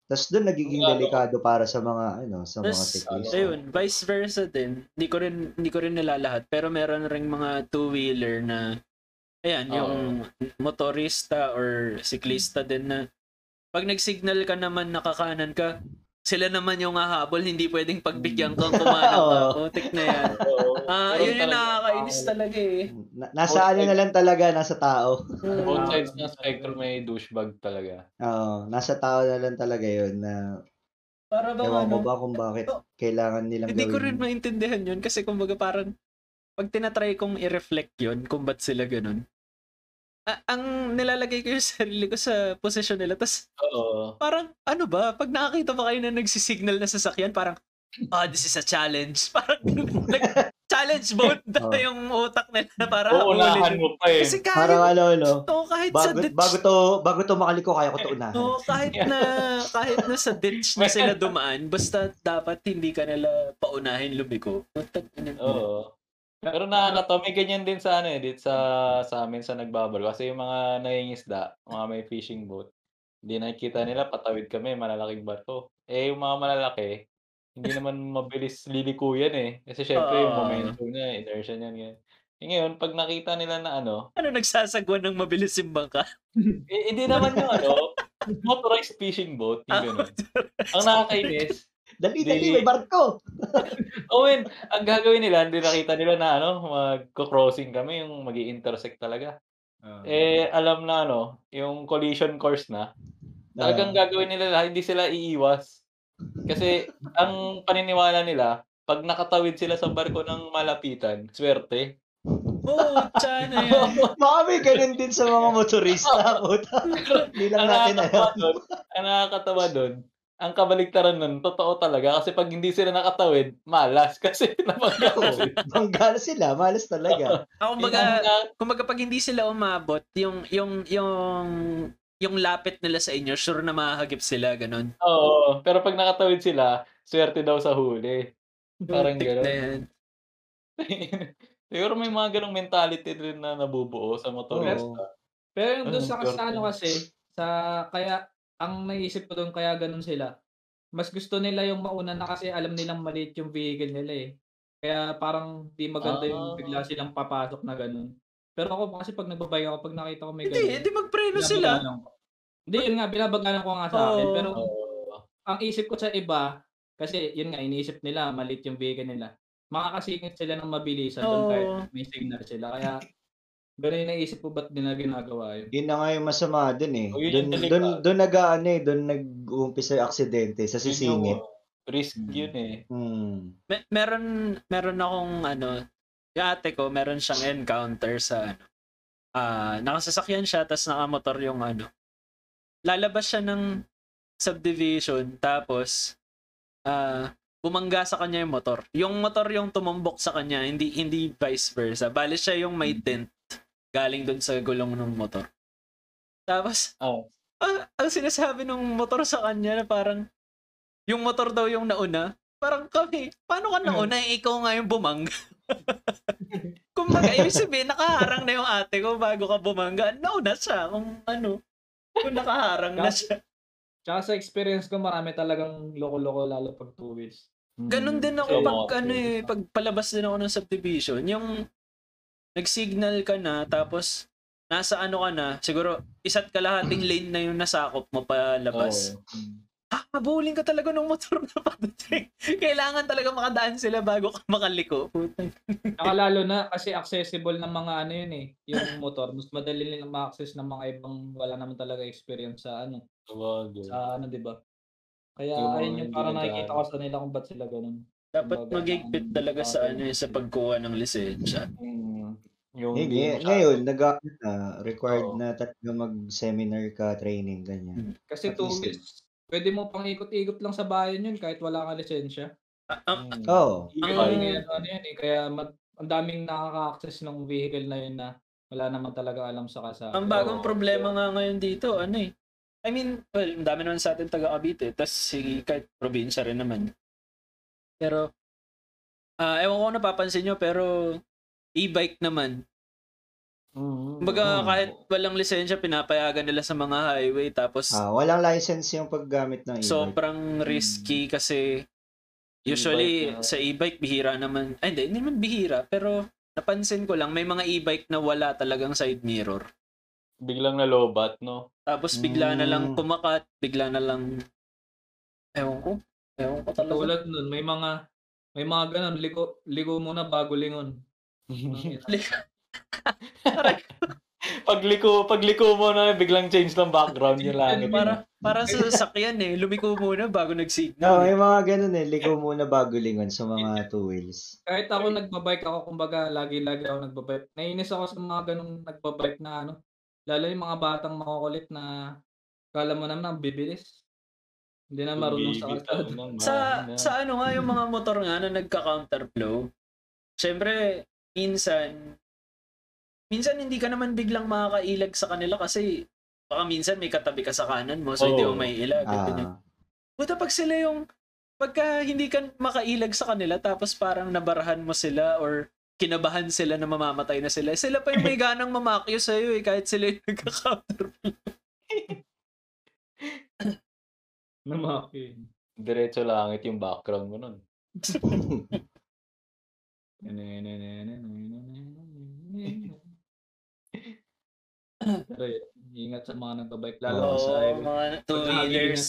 Tapos doon nagiging
Lalo.
delikado para sa mga, ano, sa mga
Tapos,
cyclists.
ayun, vice versa din. Hindi ko rin, hindi ko rin nila lahat. Pero meron ring mga two-wheeler na, ayan,
Oo.
yung motorista or siklista din na, pag nag-signal ka naman, nakakanan ka, sila naman yung hahabol, hindi pwedeng pagbigyan kang
(laughs)
kumana ka.
Oo.
Utik na yan.
Oo.
Ah, yun
Meron
yung
Mm. talaga. ah,
nakakainis talaga eh.
Na- nasa ano na lang talaga, nasa tao. (laughs)
Both sides ng spectrum may douchebag talaga.
Oo, nasa tao na lang talaga yun na
Para bang
ewan
ano,
ko ba kung bakit kailangan nilang
hindi ko rin
gawin.
maintindihan yun kasi kumbaga parang pag tinatry kong i-reflect yun kung ba't sila ganun, a- ang nilalagay ko yung (laughs) sarili ko sa posisyon nila tas
Oo.
parang ano ba pag nakakita pa kayo na nagsisignal na sasakyan parang ah this is a challenge (laughs)
(laughs)
parang nag- challenge mode na
Oh.
yung utak nila para
Uunahan
habulin.
mo pa eh.
kasi
Parang
kahit,
ano, no?
to, kahit sa
Bago,
ditch
bago to, bago to makaliko, kaya ko to unahan.
Oo, kahit
(laughs)
na kahit na sa ditch na sila dumaan, basta dapat hindi ka nila paunahin lumiko. Putang ina.
Oo. Pero nakakatawa, may ganyan din sa ano eh, dito sa, sa amin sa nagbabal. Kasi yung mga nangingisda, mga may fishing boat, hindi nakikita nila, patawid kami, malalaking barko. Eh, yung mga malalaki, hindi naman mabilis liliko yan eh. Kasi syempre yung
Oo.
momentum niya, inertia niya, ganyan. Eh, ngayon, pag nakita nila na ano,
Ano nagsasagwan ng mabilis yung bangka?
eh, hindi naman yung ano, motorized fishing boat,
Ah.
yung
(laughs)
ganun. Ang nakakainis,
Dali,
Dali.
dali, may barko!
Owen, Oh, ang gagawin nila, hindi nakita nila na ano, magko-crossing kami, yung mag intersect talaga. Eh, alam na ano, yung collision course na, talagang
Ah.
gagawin nila lahat, hindi sila iiwas. Kasi ang paniniwala nila, pag nakatawid sila sa barko ng malapitan, swerte.
Oo, oh, na yan.
Baka may ganun din sa mga
(laughs)
motorista. puta. Hindi lang
Ang
natin alam.
nakakatawa doon, ang nakakatawa doon, ang kabaligtaran nun, totoo talaga. Kasi pag hindi sila nakatawid, malas. (laughs) Kasi napagkakatawa.
Oo, Bangga na sila. Malas talaga.
Ako kumbaga, kumbaga pag hindi sila umabot, yung yung yung yung lapit nila sa inyo, sure na mahagip sila, ganun.
Oo, pero pag nakatawid sila, swerte daw sa huli. Parang
Putik na
gano'n.
yan.
(laughs) Siguro may mga ganong mentality rin na nabubuo sa motorista.
Pero yung doon
Ano,
sa, sa ano
Jordan?
kasi, sa kaya, ang naisip ko doon kaya ganun sila. Mas gusto nila yung mauna na kasi alam nilang maliit yung vehicle nila eh. Kaya parang di maganda
Ah.
yung bigla silang papasok na ganun. Pero ako kasi pag nagbabike ako, pag nakita ko may
Hindi,
ganun.
hindi magpreno
binabagalan
Ano sila.
ko. Hindi, yun nga, binabagalan ko nga sa akin.
Oo.
Pero
Oo.
ang isip ko sa iba, kasi yun nga, iniisip nila, malit yung vehicle nila. Makakasingit sila ng mabilisan doon
Oo.
kahit may signal sila. Kaya, ganun yung naisip ko ba't nila ginagawa yun.
Yun na nga yung masama dun eh.
Oh, yun
Dun,
yung
dun,
delikado.
dun nag, ano, eh, dun nag-uumpisa yung aksidente
Yun
sa
yung-
sisingit.
Risk yun eh.
Hmm.
Me- meron meron akong ano, yung ate ko, meron siyang encounter sa ano. Ah, nakasasakyan siya tapos nakamotor yung ano. Lalabas siya ng subdivision tapos ah bumangga sa kanya yung motor. Yung motor yung tumumbok sa kanya, hindi hindi vice versa. Bali siya yung may dent galing doon sa gulong ng motor. Tapos
Oh.
ang, ang sinasabi ng motor sa kanya na parang yung motor daw yung nauna. Parang kami, paano ka nauna? Eh, ikaw nga yung bumangga. (laughs) Kumbaga, ibig sabihin, nakaharang na yung ate ko bago ka bumangga. Nauna siya. Kung ano, kung nakaharang na siya.
Tsaka sa experience ko, marami talagang loko-loko lalo pag two wheels. Hmm.
Ganun din ako
So,
pag
okay.
ano eh, pag palabas din ako ng subdivision, yung nag-signal ka na tapos nasa ano ka na, siguro isa't kalahating lane na yung nasakop mo palabas.
Oo. Mm.
habulin ka talaga ng motor na pagdating. (laughs) Kailangan talaga makadaan sila bago ka makaliko. Putang.
Tsaka lalo na kasi accessible ng mga ano yun eh, yung motor. Mas madali nilang ma-access ng mga ibang wala naman talaga experience sa ano,
Sabagay.
sa ano, di ba? Kaya
Yung mga
ayun yung
hindi
parang
nagdaan.
nakikita ko sa nila kung ba't sila ganun.
Dapat
Kumbaga,
magigpit
ang-
talaga sa ano eh, sa pagkuha ng lisensya.
Mm. Yung
Eh,
hindi
ngay-
masyado-
ngayon, nag na, required
Oo.
na talaga mag-seminar ka, training, ganyan.
Kasi
At
two
least,
wheels, pwede mo pang ikot-ikot lang sa bayan yun kahit wala kang lisensya.
Ah, ah,
Mm.
Oo.
Ang-
Kaya ngayon, ano yun eh, kaya mat- ang daming nakaka-access ng vehicle na yun na wala naman talaga alam sa kasama.
ang bagong problema nga ngayon dito, ano eh. I mean, well, ang dami naman sa atin taga Cavite, tas si kahit probinsya rin naman. Pero, ah ewan ko kung napapansin nyo, pero e-bike naman. Mm-hmm.
Mm.
Kumbaga,
Mm.
kahit walang lisensya, pinapayagan nila sa mga highway, tapos
Ah, walang license yung paggamit ng e-bike. Hmm.
sobrang risky kasi usually
E-bike na-
sa e-bike bihira naman ay hindi, hindi naman bihira pero napansin ko lang may mga e-bike na wala talagang side mirror
Biglang nalobat, no?
tapos bigla na lang
Mm.
kumakat bigla na lang ewan ko ewan ko talaga
Tulad nun, may mga may mga ganun, liko, liko muna bago lingon.
(laughs)
(laughs) pagliko, pagliko mo na, biglang change ng background yung langit.
para para sa sasakyan eh lumiko muna bago
(laughs) No,
nag-signal eh.
may mga ganun eh. Ligaw muna bago lingon sa mga two wheels.
Kahit ako nagbabike ako, kumbaga lagi-lagi ako nagbabike. Naiinis ako sa mga ganung nagbabike na ano. Lalo yung mga batang makukulit na kala mo naman ang bibilis. Hindi na marunong sa kalsada. (laughs)
sa sa ano nga yung mga motor nga na nagka-counterflow syempre minsan minsan hindi ka naman biglang makakailag sa kanila kasi baka minsan may katabi ka sa kanan mo so hindi mo
Oo.
may ilag
Ah,
Buta pag sila yung pagka hindi ka makailag sa kanila tapos parang nabarahan mo sila or kinabahan sila na mamamatay na sila. Sila pa yung may ganang mamakyo sa eh kahit sila yung (laughs) nagka-counter.
Namaki.
Diretso langit yung background mo nun.
Ah. (laughs)
Pero yun, ingat sa mga nagbabike. Lalo
Oo.
na sa
Oo,
highway.
mga two-wheelers.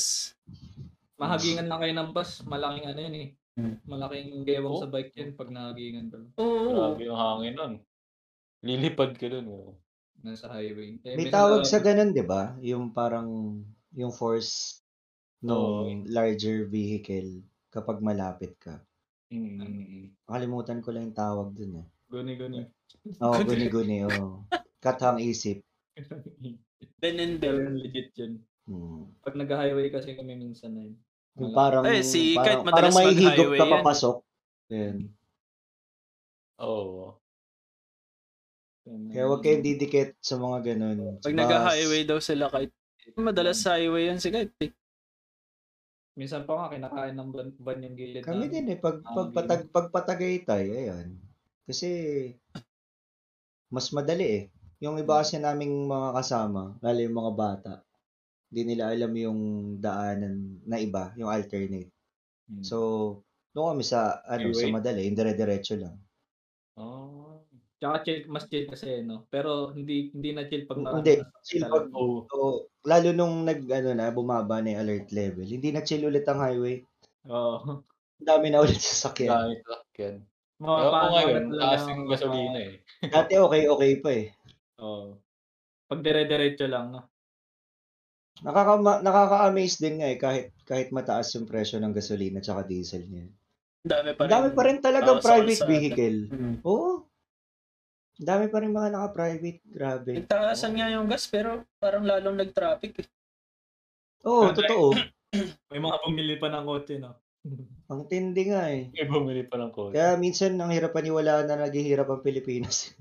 Mahagingan lang kayo ng bus. Malaking ano yun eh.
Hmm.
Malaking gewang
Oh.
sa bike yun pag nahagingan ka.
Oo.
Grabe yung hangin nun. Lilipad ka dun. oh.
Nasa highway.
may
Eh,
ano
minsan
tawag
talaga-
sa ganun, di ba? Yung parang, yung force
Oo.
ng larger vehicle kapag malapit ka.
Mm, mm, mm.
Nakalimutan ko lang yung tawag dun
(laughs)
eh.
Guni-guni.
Oo, guni-guni, oo. Katang isip.
(laughs)
Then and
Pero
there.
yun, legit yun.
Hmm.
Pag nag-highway kasi kami minsan na yun.
Yung parang,
Eh, si- kahit
parang,
madalas
parang may higop
mag-highway
ka
yan.
papasok. Ayan.
Oo.
Yun,
Kaya
yun.
huwag kayong didikit sa mga ganun.
Hmm. Pag
Mas-
nag-highway daw sila kahit madalas sa highway yan si kahit eh.
Minsan pa nga, kinakain ng ban, ban yung gilid
Kami
namin.
din eh, pag, pagpatag, pagpatagaytay, ayun. Kasi, mas madali eh. Yung iba kasi naming mga kasama, lalo yung mga bata, hindi nila alam yung daanan na iba, yung alternate.
Mm.
So, doon kami sa, ano, sa
Highway.
madali, Hmm. yung dire-diretso lang.
Oh.
Tsaka chill, mas chill kasi, no? Pero hindi hindi na chill pag marami
Hindi,
na sasakyan
chill
talaga.
pag,
oh,
so, lalo nung nag, ano na, bumaba na yung alert level, hindi na chill ulit ang highway.
Oo. (laughs)
Ang dami na ulit (laughs) sasakyan.
Dahil sakyan.
Mga
Ako
paano
ngayon,
na talaga
taas
ang ano.
yung
mga-
gasolina eh.
Dati okay, okay pa eh.
Oo. Pag dire-diretso lang, no?
Nakaka nakaka-amaze din nga eh kahit kahit mataas yung presyo ng gasolina at diesel niya.
Ang Dami pa
Ang
rin.
dami pa rin talagang
Oo, sa
private
kalsada.
vehicle.
Mm.
Oo. Ang dami pa rin mga naka-private. Grabe.
Nagtaasan nga yung gas pero parang lalong nag-traffic. eh.
Oo, totoo.
May mga pumili pa ng kotse, no?
Ang tindi nga eh.
May bumili pa ng kotse.
Kaya minsan ang hirap paniwalaan na naghihirap ang Pilipinas.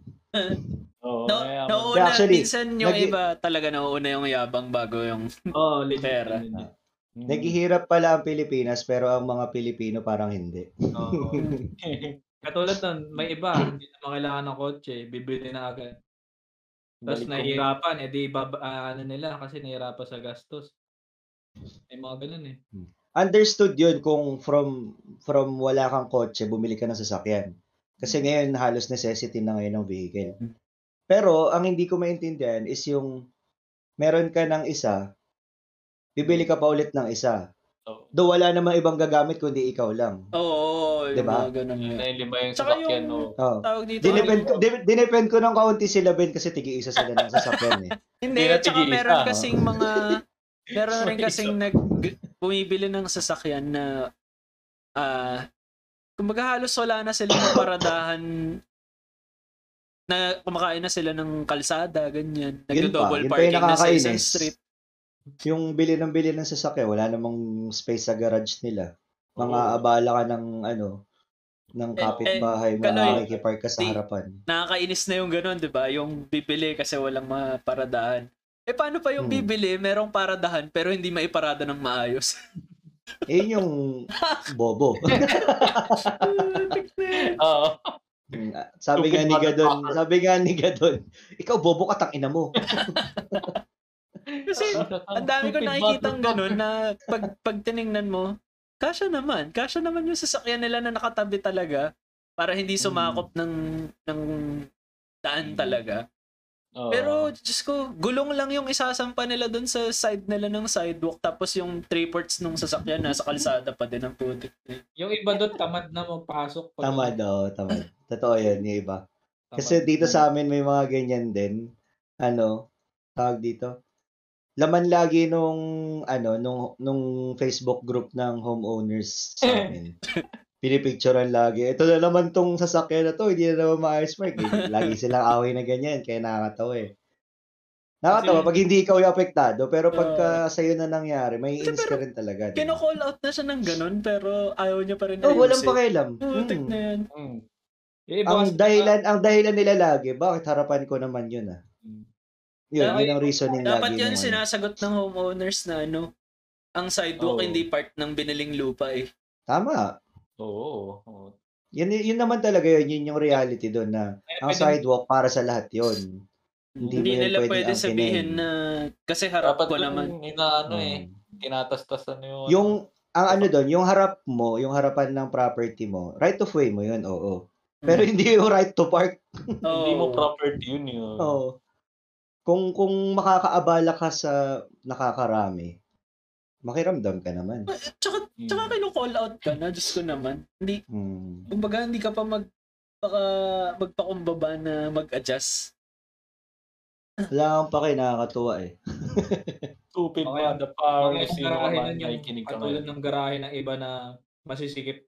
Oo,
No,
kaya ako-
nauuna,
Actually,
minsan yung
nag-
iba talaga nauuna yung yabang bago yung
(laughs) Oo, oh, legit.
Pera.
yun, eh.
(laughs)
Mm. (laughs)
Naghihirap pala ang Pilipinas pero ang mga Pilipino parang hindi.
Oo. (laughs) Katulad nun, may iba, hindi na makailangan ng kotse, bibili na agad.
Balik
Tapos
ko.
nahihirapan, edi ibaba, ah, ano nila, kasi nahihirapan sa gastos. May mga ganun eh.
Understood 'yun kung from from wala kang kotse bumili ka ng sasakyan. Kasi ngayon halos necessity na ngayon ng vehicle. Pero ang hindi ko maintindihan is yung meron ka ng isa, bibili ka pa ulit ng isa.
Oo.
Do wala namang ibang gagamit kundi ikaw lang.
Oo, oo, yung
Diba?
mga ganun yun.
Ay, lima yung
Tsaka
sasakyan,
yung-
no?
Oh.
Tawag dito.
Dinepend, din- dinepend ko ng kaunti sila Ben kasi tigi-isa sila ng sasakyan eh.
Hindi,
Hindi na
at saka
tigil-isa,
meron
ha?
kasing mga meron
(laughs) May
rin kasing
isa.
nag bumibili ng sasakyan na ah kumbaga halos wala na silang paradahan na kumakain na sila ng kalsada, ganyan.
Yun pa,
Nagdo-double
yun pa yung
parking na sa isang
nakakainis.
street.
Yung bili ng bili ng sasakyan, wala namang space sa garage nila. Mga abala ka ng ano, ng kapitbahay mo
Kaloy,
na makikipark ka sa
di-
harapan.
Nakakainis na yung ganun, di ba? Yung bibili kasi walang mga paradahan. Eh paano pa yung
Hmm.
bibili, merong paradahan pero hindi maiparada ng maayos? (laughs)
Eh yun yung bobo.
Ah,
Oo.
sabi nga ni
Stupid
Gadon, sabi nga ni Gadon, ikaw bobo ka tang ina mo.
Kasi Ang dami ko nakikitang ganun na pag, pag tiningnan mo, kasya naman. Kasya naman yung sasakyan nila na nakatabi talaga para
Mm.
hindi sumakop ng ng daan talaga.
eh. Oo.
Pero just ko, gulong lang yung isasampa nila doon sa side nila ng sidewalk tapos yung three parts nung sasakyan nasa kalsada pa din ang putik.
Yung iba doon, tamad na magpasok. pag- ano,
Tamad oh, tamad. Totoo yun, yung iba.
tamad.
Kasi dito sa amin may mga ganyan din. Ano, tawag dito. Laman lagi nung ano nung nung Facebook group ng homeowners sa amin. Pinipicturean lagi. Ito na naman tong sasakyan na to, hindi na naman maayos Mark. Eh, Lagi silang away na ganyan, kaya nakakatawa eh. Nakakatawa pag hindi ikaw yung apektado, pero pagka sa'yo na nangyari, may inis ka rin talaga. di ba?
Kino-call out na siya ng ganun pero ayaw niya pa rin
Oh, walang
ayusin.
pakialam.
Putik
Hmm.
na yan.
Mm.
Yung iba kasi-
Ang dahilan,
ah.
ang dahilan nila lagi, bakit harapan ko naman yun ah. Yun,
Dapat-
yun ang reasoning
Dapat
lagi.
yun
nung ano.
sinasagot ng homeowners na ano, ang sidewalk
Oo.
hindi part ng biniling lupa eh.
Tama.
Oo. oo.
Yun, yun naman talaga yun, yun yung reality doon na
Eh,
ang
pwede-
sidewalk para sa lahat yun. Hindi
Hindi,
mo yun
nila
pwedeng eh.
pwede
angkinin.
sabihin na kasi harap
Dapat
ko naman.
Inaano eh. Kinatastasan yun.
Hmm. Yung, ang ano doon, yung harap mo, yung harapan ng property mo, right of way mo yun, oo. Pero
Hmm.
hindi yung right to park.
Hindi mo
Oo.
property yun
Hmm.
yun.
Oo. Kung, kung makakaabala ka sa nakakarami, makiramdam ka naman.
Tsaka,
Mm.
tsaka kinu-call out ka na, Diyos ko naman. Hindi,
Hmm.
kumbaga hindi ka pa mag, baka, magpakumbaba na mag-adjust.
Wala kang pake, nakakatuwa eh.
Stupid
Okay.
man, the power
Mga
sino ka
garahe
man
nun yung
nakikinig ka
katulad
ngayon.
ng garahe ng iba na masisikip.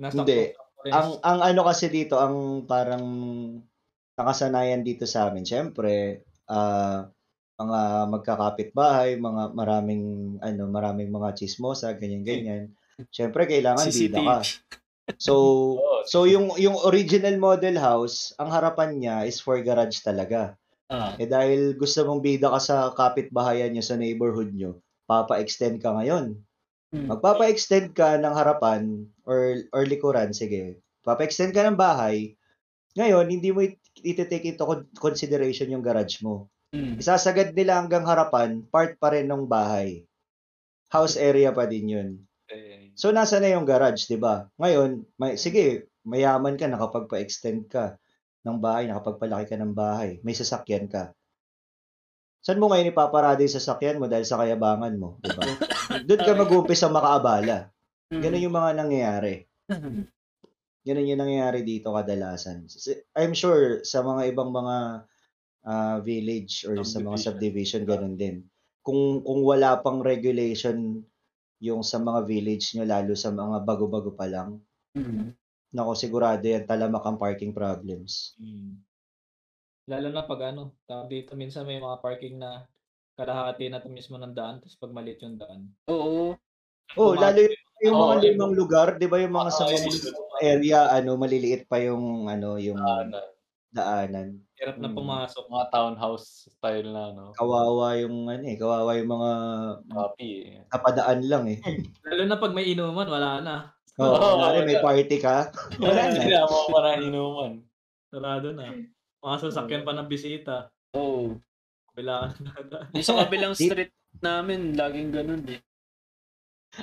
Hindi. ang ang ano kasi dito ang parang nakasanayan dito sa amin syempre ah, mga magkakapit bahay mga maraming ano maraming mga chismosa ganyan ganyan syempre kailangan bida
CCTV.
ka so
Oo.
so yung yung original model house ang harapan niya is for garage talaga
Ah.
eh dahil gusto mong bida ka sa kapitbahayan niyo sa neighborhood niyo papa-extend ka ngayon
Mm.
Magpapa-extend ka ng harapan or or likuran, sige. Papa-extend ka ng bahay. Ngayon, hindi mo it- iti-take into con- consideration yung garage mo.
Mm.
Isasagad nila hanggang harapan, part pa rin ng bahay. House area pa din yun.
Eh,
So, nasa na yung garage, di ba? Ngayon, may, sige, mayaman ka, nakapagpa-extend ka ng bahay, nakapagpalaki ka ng bahay, may sasakyan ka. Saan mo ngayon ipaparada yung sasakyan mo dahil sa kayabangan mo, di ba? Doon ka mag-umpisa makaabala.
Mm.
Ganun yung mga nangyayari. Ganun yung nangyayari dito kadalasan. S- I'm sure sa mga ibang mga ah, village or sa mga subdivision, ganun din. kung kung wala pang regulation yung sa mga village nyo, lalo sa mga bago-bago pa lang,
Mm.
nako sigurado yan talamak ang parking problems.
Mm. Lalo na pag ano, tawag dito minsan may mga parking na kalahati na ito mismo ng daan, tapos pag maliit yung daan.
(laughs) Oo.
Oh,
Kumakain.
lalo yung, yung mga
Oo.
limang lugar, 'di ba yung mga sa
Oo,
mga
yung mga-
area ano, maliliit pa yung ano, yung
ano,
daanan.
Hirap na
Mm.
pumasok.
mga townhouse style na, no?
Kawawa yung ano eh, kawawa yung mga
(laughs)
Copy. eh.
napadaan lang eh.
Lalo na pag may inuman, wala na.
Oo,
Oo,
kunwari may
wala.
party ka. (laughs) Wala na.
Wala mo para inuman.
Sarado na. Mga sasakyan pa ng bisita.
Oo.
Bila (laughs)
Yung sa kabilang street namin, laging ganun eh.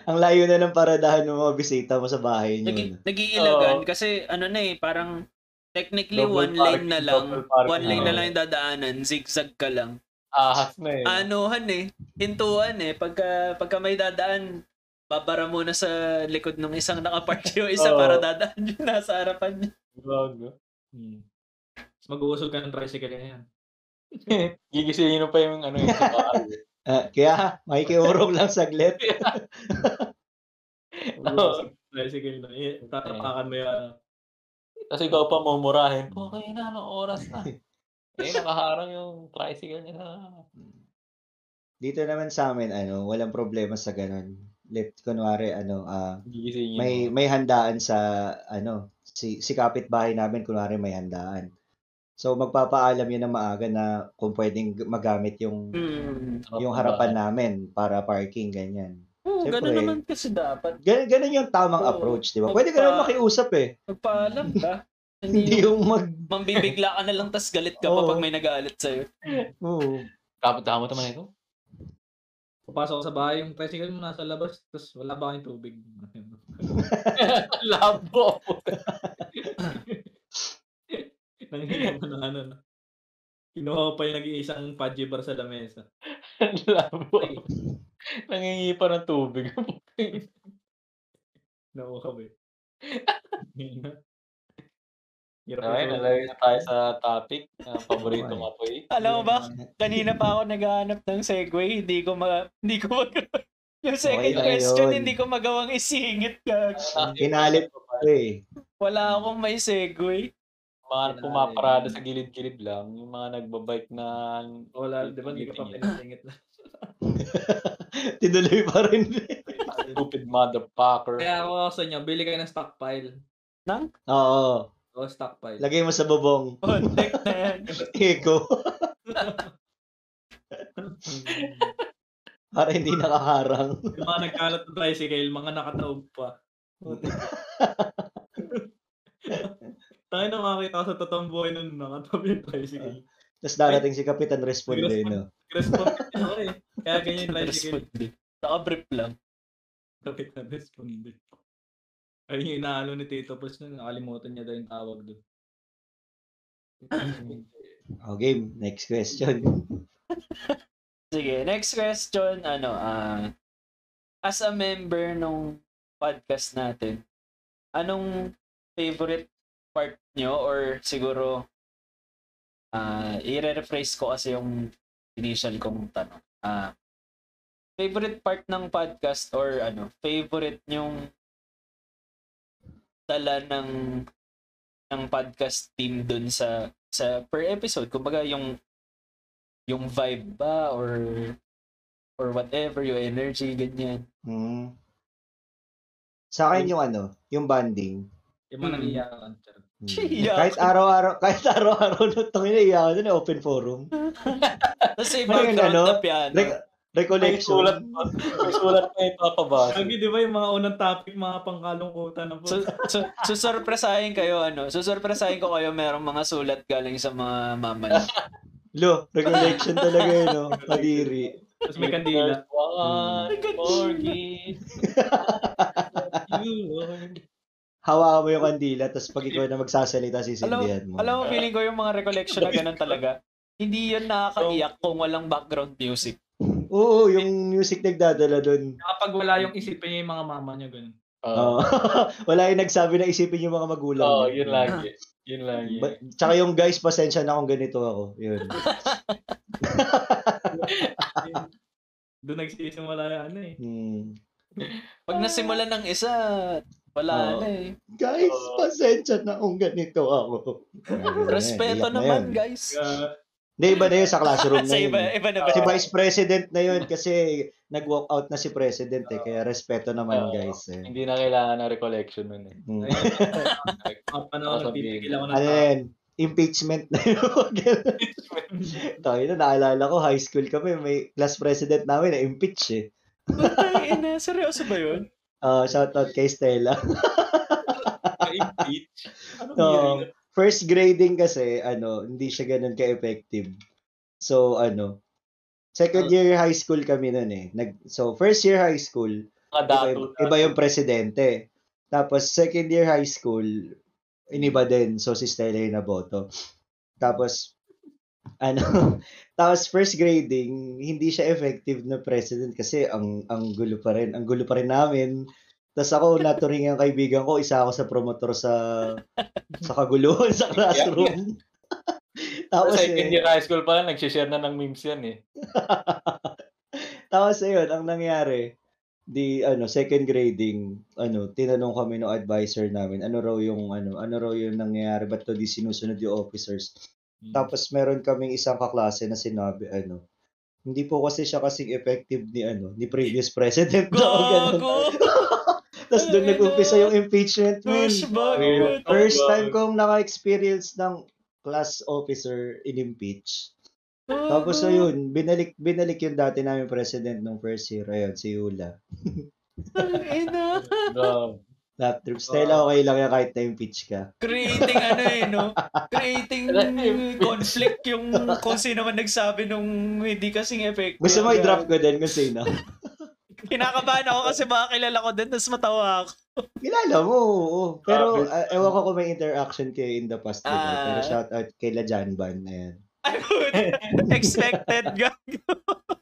Ang layo na ng paradahan ng mga bisita mo sa bahay niyo.
Nag- nagiilagan
Oo.
kasi ano na eh, parang technically
Double
one lane
parking,
na lang.
double parking.
One lane na
Oo.
lang yung dadaanan, zigzag ka lang.
Ahas na eh.
Anuhan eh, hintuan eh. Pagka, pagka may dadaan, babara muna sa likod ng isang nakapark yung isa
Oo.
para dadaan yung nasa harapan niya.
Bago.
Hmm. Tapos mag-uusog ka ng tricycle na yan.
Gigisingin mo pa yung ano yung (laughs) sakal.
Ah, kaya makikiurong lang saglit.
Mag-uusog ng tricycle na. Eh, Tatapakan mo yung ano.
Tapos ikaw pa mumurahin. Okay na, anong oras (laughs) na? Eh, nakaharang yung tricycle niya sa...
Dito naman sa amin ano, walang problema sa ganun. Let kunwari ano, ah,
Gigisingin
may
mo.
may handaan sa ano si si kapitbahay namin kunwari may handaan. So magpapaalam yun ng maaga na kung pwedeng g- magamit yung
Sarap
yung
ng
harapan
bahay.
namin para parking ganyan.
Oo, ganun
Siyempre.
naman kasi dapat.
Ganun, ganun yung tamang
Oo.
approach, di ba?
Magpa-
Pwede ka naman makiusap eh.
Magpaalam
(laughs)
ka.
Hindi
Hindi yung
yung mag
mambibigla ka na lang tas galit ka
Oo.
pa pag may nagalit sa'yo.
oo.
Kapit mo naman ito.
Papasok ko sa bahay, yung tricycle mo nasa labas, tapos wala ba kayong tubig?
(laughs)
(laughs)
Labo.
Nanghingi mo ng ano. no? Kinuha ko pa yung nag-iisang Pudgy bar sa lamesa.
Labo. Nangingi pa ng tubig.
Nakuha ka ba eh. (laughs) Hirap
okay,
ito.
nalayo na tayo sa topic. na paborito
Okay.
ka po eh.
Alam mo ba, kanina pa ako naghahanap ng segue, hindi ko ma... Hindi ko mag... (laughs) Yung second
Okay lang
question,
yun.
hindi ko magawang isingit ka.
Pinalit ko eh.
Wala akong may segue.
Mga pumaparada sa gilid-gilid lang. Yung mga nagbabike na...
Wala, di ba? Hindi ka pa
Tingin.
pinasingit na.
Tinuloy pa rin.
Stupid motherfucker.
Kaya ako sa inyo, bili kayo ng stockpile.
(laughs) Oo.
O, stockpile.
Lagay mo sa bubong.
Contact na yan.
Eko. (laughs)
Hmm.
Para hindi nakaharang. (laughs)
Yung mga nagkalat ng tricycle, mga nakataob pa. Tayo na makakita ko sa totoong buhay nun nakatabi yung tricycle.
Tapos darating si Kapitan Respondeno.
Respond niya ako eh. Kaya ganyan yung tricycle.
Responde. Naka-brief lang.
Kapit na respond eh. Ayun yung inaalo ni Tito Pus nun, nakalimutan niya daw yung tawag doon.
Oh, game. Next question. (laughs)
Sige, next question, ano, ah as a member nung podcast natin, anong favorite part nyo or siguro ah i-rephrase ko kasi yung initial kong tanong. ah favorite part ng podcast or ano, favorite nyong dala ng ng podcast team dun sa sa per episode. Kumbaga yung yung vibe ba or or whatever your energy ganyan (laughs)
Hmm. Sa akin yung ano, yung banding.
Yung mga
Hmm.
nangiyakan. charot.
Hmm.
Iyak.
Kahit araw-araw, (laughs) kahit araw-araw na itong inaiyaw na eh, open forum.
tapos sa
Ano yung
background
ano?
na piano
Re-
May sulat
recollection.
pa. May sulat pa yung papabasa.
Lagi di ba yung mga unang topic, mga pangkalungkutan na po.
so, so, susurpresahin kayo ano susurpresahin ko kayo merong mga sulat galing sa mga mama
(laughs)
niyo.
Lo, recollection talaga yun, no? Kadiri.
Tapos may
(laughs)
kandila.
There's One, Morgie.
You Lord.
Hawakan mo yung kandila, tapos pag ikaw na magsasalita, sisindihan mo.
alam mo feeling ko yung mga recollection na ganun talaga hindi yun
Oh.
nakakaiyak kung walang background music
Oo, yung music nagdadala doon.
Kapag wala yung isipin niya yung mga mama niya, ganun.
Oo,
Oo. (laughs) Wala yung nagsabi na isipin yung mga magulang.
Oo,
niya.
Oh. yun lagi. Yun lagi.
Ba- tsaka yung guys, pasensya na kung ganito ako. Yun.
Doon nagsisimula yung ano eh.
Hmm.
Pag nasimulan ng isa, wala
Oo.
na eh.
Guys,
Oo.
pasensya na kung ganito ako.
(laughs) Respeto
Iyak Ano na
naman,
yun.
guys.
Kaya,
Hindi, iba na yun sa classroom
(laughs)
na
Sa
yun.
iba,
eh.
iba na
Si
ba?
Vice President na yun kasi nag-walk out na si President eh. Kaya respeto naman
Oo.
guys. Eh.
Hindi na kailangan ng recollection nun eh.
Hmm.
ayun. Mga panahon,
Sasabihin.
nagpipigil ako ng
Ano yan? Impeachment na yun. (laughs)
(laughs)
Tayo na, naalala ko, high school kami, may class president namin na impeach eh.
Putang ina, seryoso ba
(laughs)
yun?
Uh, shoutout kay Stella. (laughs)
Impeach.
Anong
Oo.
year yun?
First grading kasi, ano, hindi siya ganun ka-effective. So, ano, second year high school kami nun eh. Nag, so, first year high school,
Mga
iba,
dato.
yung- iba yung presidente. Tapos second year high school, iniba din. So si Stella yung naboto. Tapos, ano, (laughs) tapos first grading, hindi siya effective na president kasi ang ang gulo pa rin. Ang gulo pa rin namin. Tapos
(laughs)
ako, naturing ang kaibigan ko, isa ako sa promotor sa sa kaguluhan sa classroom.
Sa
tapos,
second
eh,
year high school pa lang, nagsishare na ng memes yan eh.
(laughs) Tapos ayun, ang nangyari, di ano, second grading, ano, tinanong kami ng advisor namin, ano raw yung ano, ano raw yung nangyayari, ba't to di sinusunod yung officers. Tapos meron kaming isang kaklase na sinabi, ano, hindi po kasi siya kasing effective ni ano, ni previous president (laughs) daw ganun.
Gago!
Tapos doon nag-umpisa yung impeachment man.
Douchebag!
Ayun.
First time kong naka-experience ng class officer in-impeach.
Gago.
Tapos ayun, binalik binalik yung dati namin president nung first year, ayun, si Yula.
Putang ina.
Grabe.
Lap trip. Stella, okay lang yan kahit na-impeach ka.
Creating ano eh, no? Creating conflict yung kung sino man nagsabi nung hindi kasing effect.
Gusto mo i-drop ko din kung sino?
Kinakabahan ako kasi baka kilala ko din, tapos matawa ako. (laughs)
Kilala mo, oo. Pero
Grabe.
ah, ewan ko kung may interaction kayo in the past. diba?
Ah.
Pero shout out kay La Janban. Ayan.
Ay, puta. Expected, gago.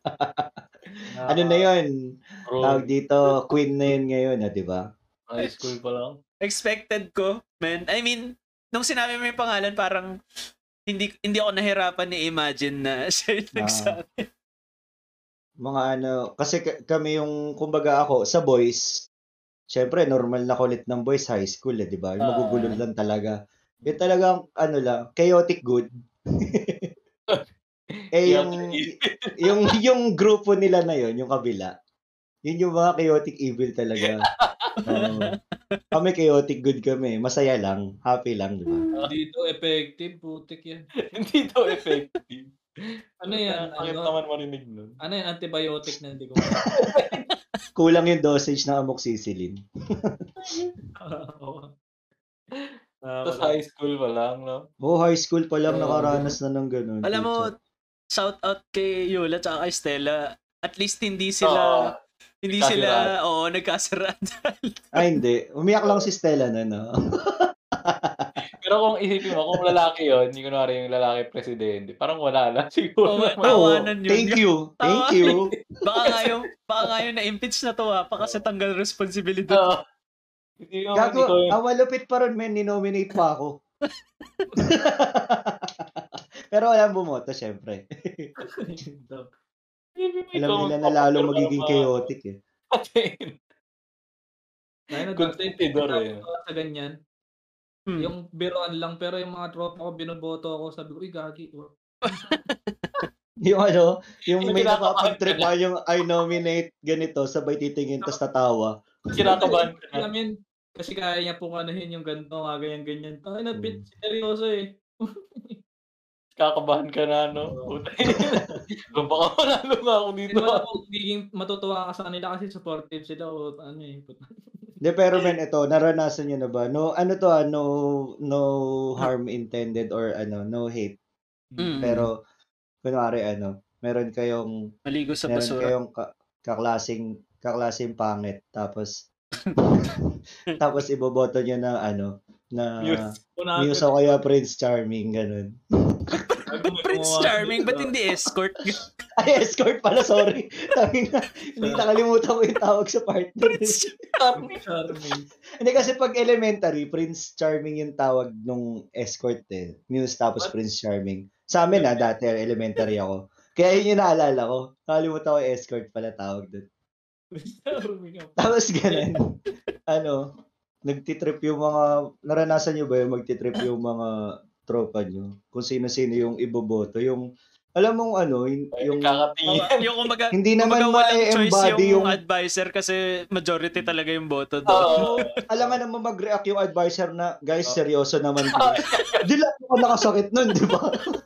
(laughs)
Ah.
Ano na yun?
Bro,
Tawag dito, queen na yun ngayon, ah, di ba?
high
Ano
school (laughs) pa lang.
Expected ko, man. I mean, nung sinabi mo yung pangalan, parang hindi hindi ako nahirapan ni imagine na (laughs) siya yung
Ah.
nagsabi.
Mga ano, kasi k- kami yung, kumbaga ako, sa boys, syempre, normal na kulit ng boys high school, eh, di ba? Yung
Ah.
magugulol lang talaga. Yung talagang, ano lang, chaotic good.
(laughs)
eh, yung, (laughs) yung yung grupo nila na yon yung kabila yun yung mga chaotic evil talaga
(laughs)
Oo. kami chaotic good kami masaya lang happy lang di ba
Ah, Dito, effective, putik yan.
(laughs) Hindi to effective.
Ano yan?
Ang
Ano,
naman marinig nun.
ano yan? Antibiotic na hindi ko.
kulang yung dosage ng amoxicillin
Oo.
Ah,
Tapos high school pa lang, no?
oh high school pa
Oo.
lang nakaranas na ng ganun
Alam mo,
teacher.
shout out kay Yola at kay Stella. At least hindi
Oh.
sila, hindi sila, oo, nagkasiraan.
ay hindi umiyak lang si Stella na no
Pero kung isipin mo, kung lalaki yun, hindi ko yung lalaki presidente, parang wala na (laughs)
Oo,
siguro. naman.
(laughs) Oo,
Tawanan yun.
thank you thank you
Baka nga yung, baka nga yung na-impeach na to ah, pa kasi tanggal responsibilidad.
Oo. (laughs) Hindi
(laughs)
naman
gago
ikaw yung
ang malupit pa ron men ninominate pa ako (laughs) pero alam bumoto syempre alam nila na lalo magiging chaotic eh
Consentidor eh.
Sa ganyan.
Hmm.
Yung biroan lang, pero yung mga tropa ko, binoboto ako, sabi ko, uy, gagi. oh."
Yung ano, yung
Yung
may
kinakabahan ka
napapag-trip ako, yung I nominate ganito, sabay titingin, tas tatawa.
Kinakabahan ka na.
Alam yun, kasi kaya niya pong anuhin yung ganito, mga ganyan-ganyan. Ay,
Hmm.
na, bit, seryoso eh.
Kakabahan ka na, no? Putay. (laughs) Baka wala nga ako
Hindi
(laughs) dito.
wala akong magiging matutuwa ka sa kanila kasi supportive sila o ano eh. puta.
Hindi, pero men, ito, naranasan nyo na ba? No, ano to ah, no, no harm intended or ano, no hate.
Mm.
Pero, kunwari ano, meron kayong,
Maligo sa
meron
basura.
kayong ka- kaklasing, kaklasing pangit, tapos,
(laughs)
tapos iboboto nyo na ano, na
Muse.
Una,
Muse o kaya Prince Charming, ganun. (laughs)
Ba't Prince Charming? Ba't hindi
(laughs)
escort?
Ay, escort pala, sorry. (laughs) Tangina, Hindi nakalimutan ko yung tawag sa partner.
Prince
Prince Charming.
Hindi kasi pag elementary, Prince Charming yung tawag nung escort eh. Muse tapos
What?
Prince Charming. Sa amin ah, dati elementary ako. Kaya yun yung naalala ko. Nakalimutan ko yung escort pala tawag doon. Tapos
(laughs)
ganun. ano, nagtitrip yung mga, naranasan nyo ba yung magtitrip yung mga tropa nyo? Kung sino-sino yung iboboto. Yung, alam mong ano, yung, yung
Kakatingin.
yung kumbaga,
hindi naman
kumbaga walang choice
ma-embody
yung,
yung,
advisor kasi majority talaga yung boto
(laughs)
doon.
Oo.
alam nga naman mag-react yung advisor na, guys,
Oh.
seryoso
(laughs)
naman. po." Di lang ako nakasakit nun, di ba? (laughs)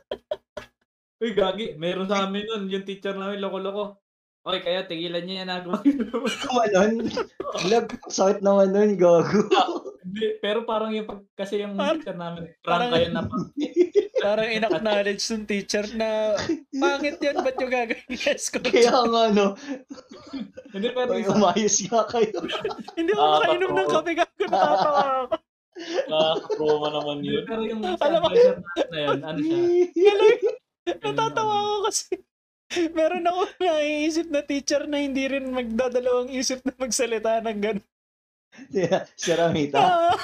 Uy, gagi. Meron sa amin nun. Yung teacher namin, loko-loko. Okay, kaya tigilan niya yan ako. mag-
Kumanon. Lag, sakit naman nun,
(laughs)
gago.
(laughs) Hindi, Pero parang yung pag, kasi yung
Par-
teacher namin,
parang-
prank kayo na pa.
Parang in-acknowledge ng teacher na pangit yan, ba't yung gagawin yes ko?
(laughs) Kaya nga, no,
Hindi, pero
Uy,
isa,
umayos nga kayo.
Hindi ako
Ah,
makainom ng
totoo.
kape gago, natatawa ako.
Nakaka-promo naman
hindi,
yun.
pero yung
Alam mo-
advisor namin na yun, ano siya? (laughs)
(laughs)
Natatawa ako kasi (laughs) meron ako naiisip na teacher na hindi rin magdadalawang isip na magsalita ng gano'n.
si Ramita.
Ah,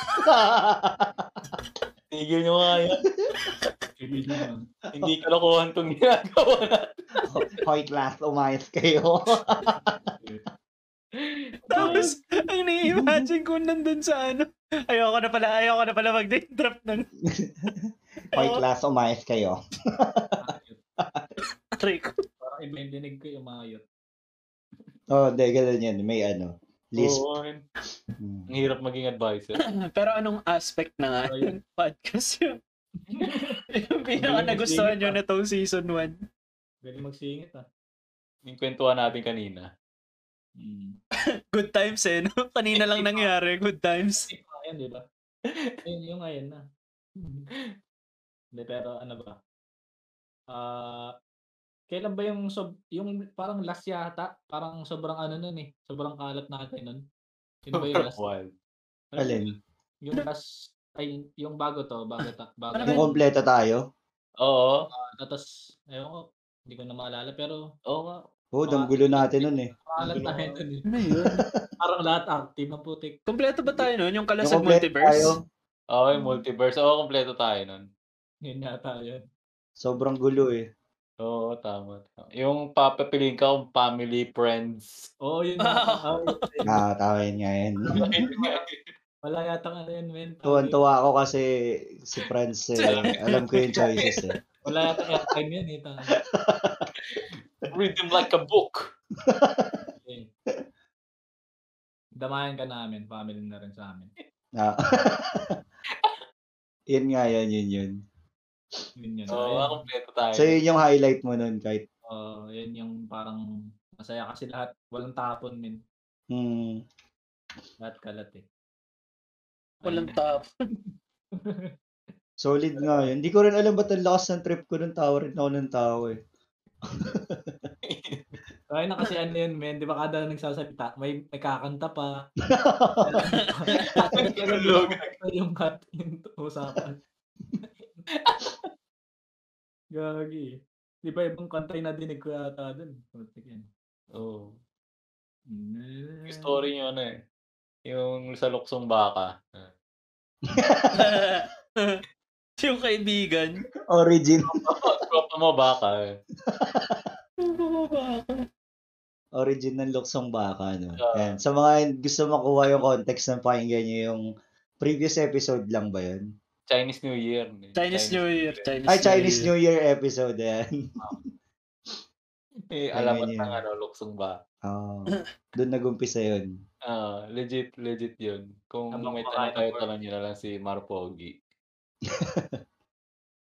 Tigil nyo nga yan.
Tigilan niya yun.
Hindi kalokohan itong ginagawa natin.
(laughs) Hoy, class, umayos kayo.
(laughs) tapos, ang nai-imagine ko nandun sa ano, ayoko na pala, ayoko na pala mag-date drop ng
Hoy, class, umayos kayo.
tray ko.
Parang iba yung dinig ko yung mga yun.
Oh, hindi, ganun yan. May ano, lisp.
Oo, yun.
Mm.
Ang hirap maging advisor.
Pero anong aspect na nga
Ayun.
yung podcast (laughs) yun? yung pinaka
Ayun,
nagustuhan
sige
nyo
pa.
na tong season 1.
Galing magsingit ah.
Yung kwentuhan natin kanina.
Mm.
Good times eh, no? Kanina lang nangyari, good times.
Kasi pa yan, di ba? (laughs) Yun yung ngayon na. Hindi, pero ano ba? Ah, kailan ba yung sob yung parang last yata, parang sobrang ano nun eh, sobrang kalat natin nun. Yun ba yung last?
Wild.
Alin?
Yung last ay yung bago to, bago ta, bago.
Ano ba
Yung
yun?
kompleto tayo.
Oo.
Tapos ayun ko, hindi ko na maalala pero
Oo nga.
Oh, ang gulo natin nun eh.
kalat natin nun eh.
Ano yun?
Parang lahat active na putik.
Kompleto ba tayo nun? Yung
Yung
kalasag
kompleto
multiverse?
tayo,
Oo, yung multiverse. Oo, kompleto tayo nun.
Yun yata yun.
sobrang gulo eh.
Oo, tama. tama. Yung papapiliin ka kung family, friends.
Oo, yun.
(laughs)
na.
Ah, tawa yun nga yan.
Wala yata ano yun, men.
Tuwan-tuwa ako kasi si Franz eh. Alam ko yung choices eh.
Wala yata airtime yun eh. tanga.
Read them like a book.
Okay. Damayan ka namin, family na rin sa amin.
Ah. (laughs) yun nga yan, yun yun.
Yun yun.
Oo,
Ayun.
nga, kompleto tayo.
So yun yung highlight mo nun kahit
Oo, yun yung parang masaya kasi lahat. Walang tapon, min.
hmm,
Lahat kalat eh.
Walang top.
(laughs)
solid nga yun. Hindi ko rin alam ba't ang lakas ng trip ko nung tawa rin ako ng tawa eh.
Kaya na kasi ano yun, men. Di ba kada nagsasalita, may, may kakanta pa.
Tulog.
yung cut yung usapan. (laughs) Gagi. Di ba ibang kanta yung nadinig ko yata dun? Putik eh.
Oo.
Oh. yan.
Yung story nyo, ano eh. Yung sa luksong baka. (laughs)
(laughs) yung kaibigan.
Origin.
Tropa mo baka eh.
Origin ng luksong baka. No?
Oo.
Yan. Sa mga gusto makuha yung context ng pakinggan nyo yung previous episode lang ba yun?
Chinese New Year. eh.
Chinese New Year. Chinese
Ay, Chinese New Year episode yan.
Eh,
Ayun,
alamat
yun.
ng ano, luksong baka.
Oh, doon nagumpisa yun.
Ah, legit, legit yun. Kung
Habang
may
kumakain
tanong kayo,
ng
tanong nyo na lang si Marpogi.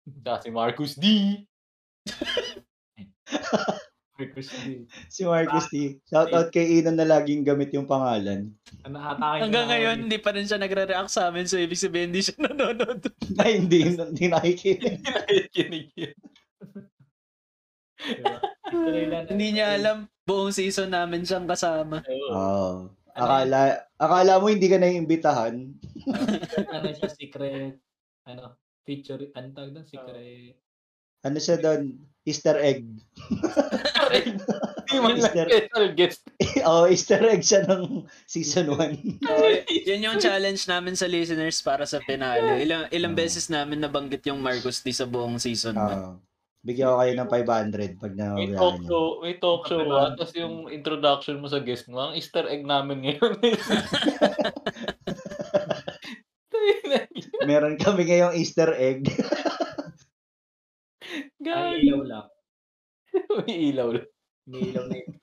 Tsaka si Marcus D.
Request din.
Si Marcus T. Shout out kay Inon na laging gamit yung pangalan. (laughs)
Ano hatakin
Hanggang ngayon, hindi pa rin siya nagre-react sa amin. So, ibig sabihin, hindi siya (laughs) nanonood.
Na hindi, hindi nakikinig.
Kinig yun.
(laughs) hindi niya alam. Buong season namin siyang kasama.
Oo. (laughs)
Oh. Akala, akala mo hindi ka naiimbitahan.
ano siya, secret, ano, feature, ano tawag doon, secret.
Ano siya doon? Easter egg.
Hindi man lang
Mister- (laughs)
special guest.
oh, Easter egg siya ng
(laughs)
season 1.
Oh.
Yan yung challenge namin sa listeners para sa finale. Ilang, ilang
Ah.
beses namin nabanggit yung Marcos D sa buong season.
Ah. Bigyan ko kayo ng 500 pag
May
nawawalaan
talk
niyo.
show, may talk show ba? Tapos yung introduction mo sa guest mo, ang easter egg namin
(laughs)
ngayon is...
(laughs) Meron kami ngayong Easter egg.
(laughs)
Ay,
Gagi.
ilaw lang.
May ilaw lang.
May ilaw na ito.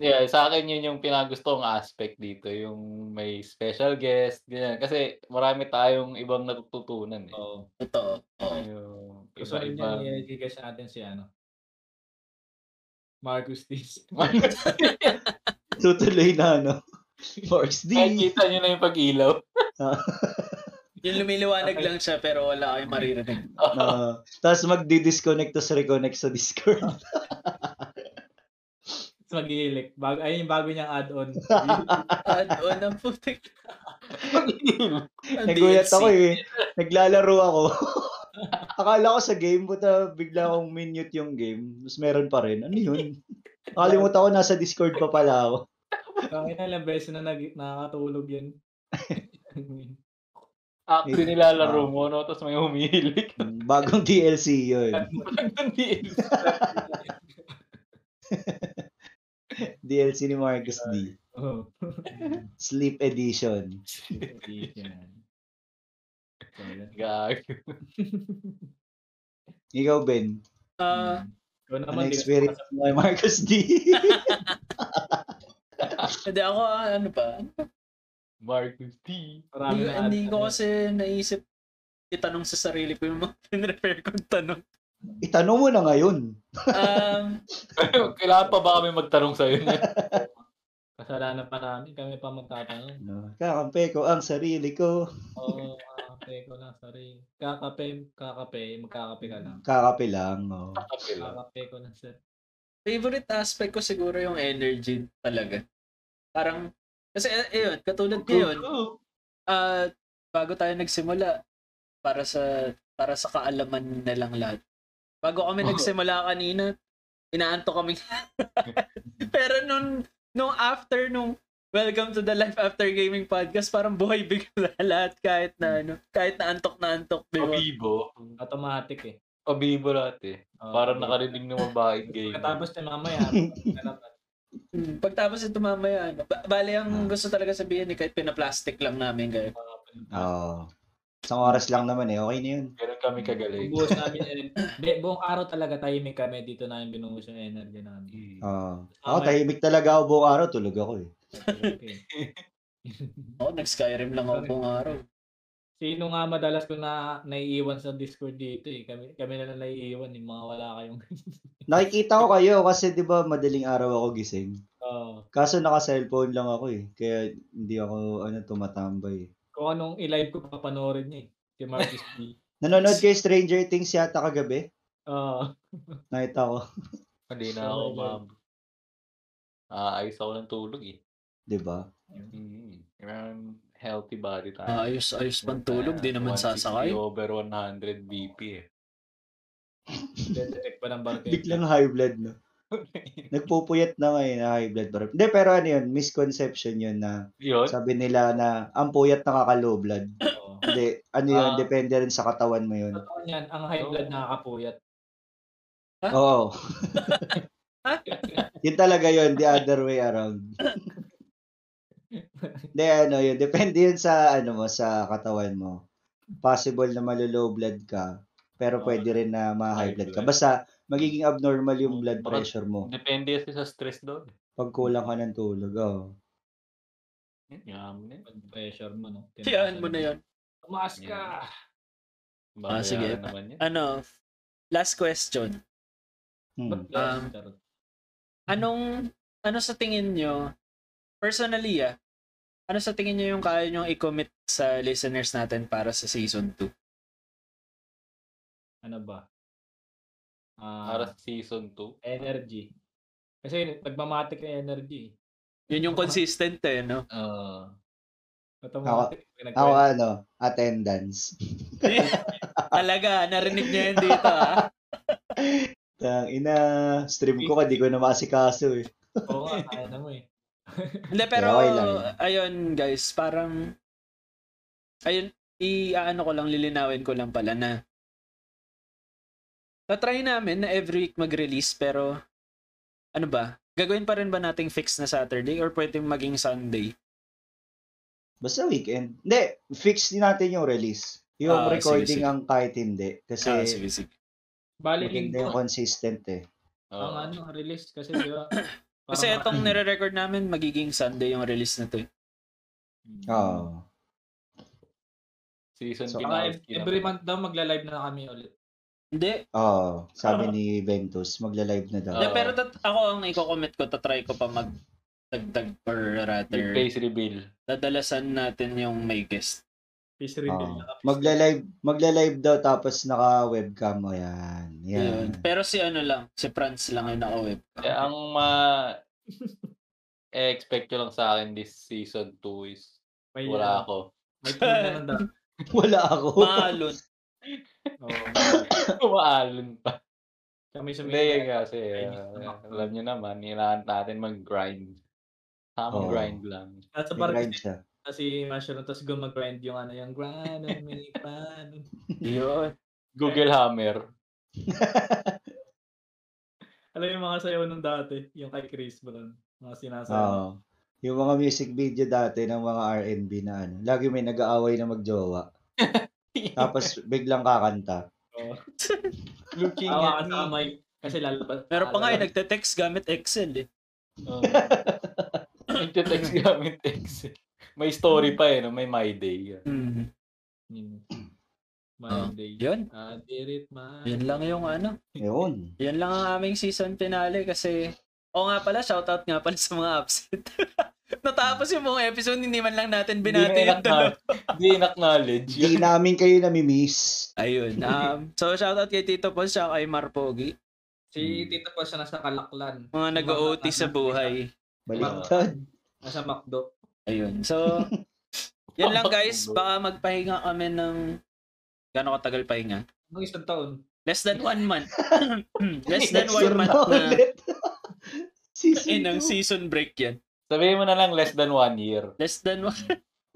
Yeah, sa akin yun yung pinagustong aspect dito, yung may special guest, ganyan. Kasi marami tayong ibang natututunan eh.
Oo.
Totoo. Oo.
Yung
Gusto rin
iba-iba.
niya i-guess natin si ano. Marcus Tis.
Tutuloy na, no? Force D.
Ay,
(laughs)
kita nyo na yung pag-ilaw.
Yung lumiliwanag
Okay.
lang siya pero wala kayong maririnig.
Ah, tapos magdi-disconnect tapos reconnect sa Discord. (laughs)
Tapos mag-iilik. Bago, ayun yung bago niyang add-on.
(laughs)
Add-on ang putik. Ang
Nagulat
DLC.
ako eh. Naglalaro ako. (laughs) Akala ko sa game, buta bigla akong minute yung game. Mas meron pa rin. Ano yun? Nakalimutan ko, nasa Discord pa pala ako.
Kaya na lang beses na nag, nakakatulog yan.
(laughs) Actually, nilalaro mo, no? Tapos may humihilik.
Hmm, Bagong DLC yun. (laughs)
Hindi.
DLC ni Marcus D.
Oo.
Sleep Edition.
Hindi yan. So, yan.
Gag.
Ikaw, Ben.
Ah,
Ikaw
Ano
naman, di ka
experience
nakasab-
mo kay Marcus D? (laughs)
hindi ako, ah, ano ba?
Marcus T. (laughs)
Marami
Hindi-
na
Hindi
add-on
ko
yan.
kasi naisip itanong sa sarili ko yung mga (laughs) pinrefer kong tanong.
Itanong mo na ngayon.
Um,
Kailangan pa ba kami magtanong
(laughs)
sa'yo na?
Kasalanan pa namin. Kami pa magtatanong.
No. Kakampi ko ang sarili ko.
Oo, kakape ko lang. Sorry. Kakape, kakape. Magkakape ka lang.
Kakapi lang. Oh.
Kakape ko lang, sir.
favorite aspect ko siguro yung energy talaga. Parang, kasi eh, ayun, katulad ngayon, ah bago tayo nagsimula, para sa para sa kaalaman na lang lahat. Bago kami
Oo.
nagsimula kanina, inaanto kami. (laughs) Pero nung, nung after nung Welcome to the Life After Gaming Podcast, parang buhay bigla (laughs) lahat kahit na ano, kahit na antok na antok, di ba?
Pabibo.
Automatic eh.
Pabibo lahat eh.
Oo.
Parang nakarinig ng babaeng gay.
Pagkatapos na mamaya, nalapat.
Mm, Pagtapos ito mamaya, ano, ba- bali ang
Ah.
gusto talaga sabihin eh, kahit pinaplastic lang namin kayo.
Oh. Isang oras lang naman eh. Okay na yun.
Ganun kami kagaling.
Buhos namin energy. Hindi, buong araw talaga tahimik kami. Dito namin binuhos yung energy namin.
Oh. Ako,
Tama yun.
tahimik talaga ako buong araw. Tulog ako eh.
Okay. (laughs)
Oo, nag-Skyrim lang ako
Sorry.
buong araw.
Sino nga madalas ko na naiiwan sa Discord dito eh. Kami, kami na lang naiiwan yung mga wala kayong.
Nakikita ko kayo kasi 'di ba madaling araw ako gising.
Oo.
Kaso naka-cellphone lang ako eh. Kaya hindi ako ano tumatambay. eh.
kung anong i-live ko papanoorin niya eh. Si Marcus B.
Nanonood kay Stranger Things yata kagabi.
Oo.
Nakita ko,
Hindi na ako,
Oh my
ma'am. Ah, ayos ako ng tulog eh.
'di ba? (laughs)
Mm. Kailangan healthy body tayo.
Ah, ayos, ayos pang tulog, di naman
160
sasakay.
over 100 BP eh. (laughs)
Dedetect pa ng barko.
Biglang high blood no. Nagpupuyat na ngayon na high blood pressure. Hindi pero ano yun, misconception yun na
Yun.
sabi nila na ang puyat nakaka-low blood.
Oo.
Hindi, ano yun,
Ah.
depende rin sa katawan mo yun.
Totoo niyan, ang high blood nakakapuyat.
Oo. yun talaga yun, the other way around. Hindi, ano yun, depende yun sa, ano mo, sa katawan mo. Possible na malulow blood ka, pero
Oo.
pwede rin na
High
ma-high blood ka.
blood.
Basta, magiging abnormal yung blood
Baka-
pressure mo.
Depende kasi sa stress doon. eh.
Pag kulang ka ng tulog, oh.
Yaman eh.
Pag pressure mo, no?
Tiyan mo na yun.
Tumaas ka!
Ah, sige.
Babayaran naman yan.
Ano, last question.
Hmm.
Ba't
Um,
pressure? Charot.
Anong, ano sa tingin nyo, personally ah, ano sa tingin nyo yung kaya nyo i-commit sa listeners natin para sa season 2?
Ano ba?
Para
Ah,
sa season 2.
energy. Kasi nagmamatic na energy. eh.
Yun yung consistent eh, no?
Uh,
Automatic.
Ako, ano, attendance.
Talaga, narinig nyo yun dito ah.
Tang ina, stream ko ka, di ko na masikaso eh.
Oo nga, kaya na mo eh.
Hindi, pero,
okay lang yun.
ayun guys, parang, ayun, i-ano ko lang, lilinawin ko lang pala na tatry namin na every week mag-release pero ano ba? Gagawin pa rin ba nating fix na Saturday or pwedeng maging Sunday?
Basta weekend. Hindi, fix din natin yung release. Yung
Ah, sige,
recording
sige.
ang kahit hindi. Kasi
Ah, sige, sige.
Bali
maganda yung
linggo
consistent eh.
Oo.
ang ano, release kasi di ba? Parang-
(laughs) Kasi itong nire-record namin, magiging Sunday yung release na to. eh.
Mm.
Oo.
Season
So,
finale.
Baka ev- (laughs) ah, every month daw magla-live na kami ulit.
Hindi. Ah.
Oo. Sabi ni Ventus, magla-live na daw.
Hindi,
Oo.
pero tat- ako ang i-comment ko, tatry ko pa magdagdag or
Big
rather,
face reveal.
dadalasan natin yung may guest.
Peace
Oo.
reveal na kami.
Magla-live, magla-live daw tapos naka-webcam. Ayan. Yan.
Yun. Pero si ano lang, si Franz lang yung naka-web.
Kaya Eh, ang ma expect ko lang sa akin this season 2 is
May, ah,
wala ako. (coughs)
May tulog na
(laughs)
lang daw.
(laughs) Wala ako.
Oh. Mahalon. (laughs)
Oo.
Umaalon pa.
Kami sa
Hindi yun kasi.
Chinese
ah,
naman.
alam nyo naman, kailangan natin mag-grind. Tamang
Oo.
grind lang.
Nasa
May
bar
grind
kasi
siya. (laughs)
si Mushroom tapos gumagrind yung ano yung grind on
(laughs)
me grind.
Yun.
Google Hammer.
Alam mo yung mga sayaw nung dati, yung kay Chris Brown. Mga sinasayaw. (laughs)
Oo. Yung mga music video dati ng mga R&B na ano, lagi may nag-aaway na magjowa.
(laughs)
Tapos biglang kakanta. (laughs)
Looking at
Tawa ka sa
(laughs) me.
kamay kasi lalabas.
Meron pa nga yung
lalabas-
nagte-text gamit Excel eh.
Oh. Nagte-text gamit text. May story pa eh, no? may my day.
Mm. (clears throat)
Hmm.
Oo.
Monday.
Yun.
I did it,
Ah.
man.
Yun lang yung ano.
Yun.
Yun lang ang aming season finale kasi O nga pala, shoutout nga pala sa mga absent. (laughs) Natapos yung buong episode, hindi man lang natin binati yung dalawa.
Hindi in-acknowledge.
Di namin kayo namimiss.
Ayun. Um, so, shoutout kay Tito Paul siya kay Marpogi.
Si Tito po siya nasa Kalaklan.
Mga nag-OT sa buhay.
Baliktad.
Nasa McDo.
Ayun. So, (laughs) yun lang guys. Baka magpahinga kami ng... Gano'ng katagal pahinga?
Nung isang taon.
Less than one
(laughs)
month. (clears throat) Less than
Next
one
year
month na.
na ulit. (laughs) Season
Eh, ng
two.
season break yan.
Sabihin mo na lang less than one year.
Less than one,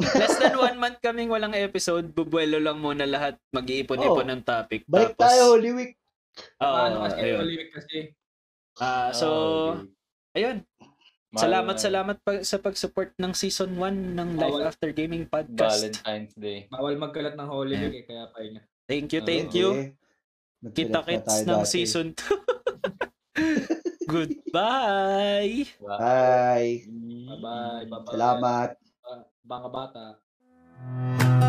less than one month kaming walang episode. Bubuelo lang muna lahat. Mag-iipon-ipon
Oh.
ng topic.
Balik
Tapos-
tayo, Holy Week.
Oo,
ano kasi,
Ah, ayun.
Holy Week kasi.
Ah, (laughs) so,
Oh, okay.
ayun.
Mahal
salamat,
na.
salamat pa- sa pag-support ng season 1 ng Life
Bawal.
After Gaming podcast.
Valentine's Day.
Bawal magkalat ng Holy Week eh, kaya pa niya.
Thank you, thank
Oo.
you.
Eh, nagsulat na tayo
Kita-kits ng
dati.
season
(laughs)
2. (laughs) Goodbye!
Bye.
Bye.
Mm.
Bye-bye. bye-bye.
Salamat.
Banga bata.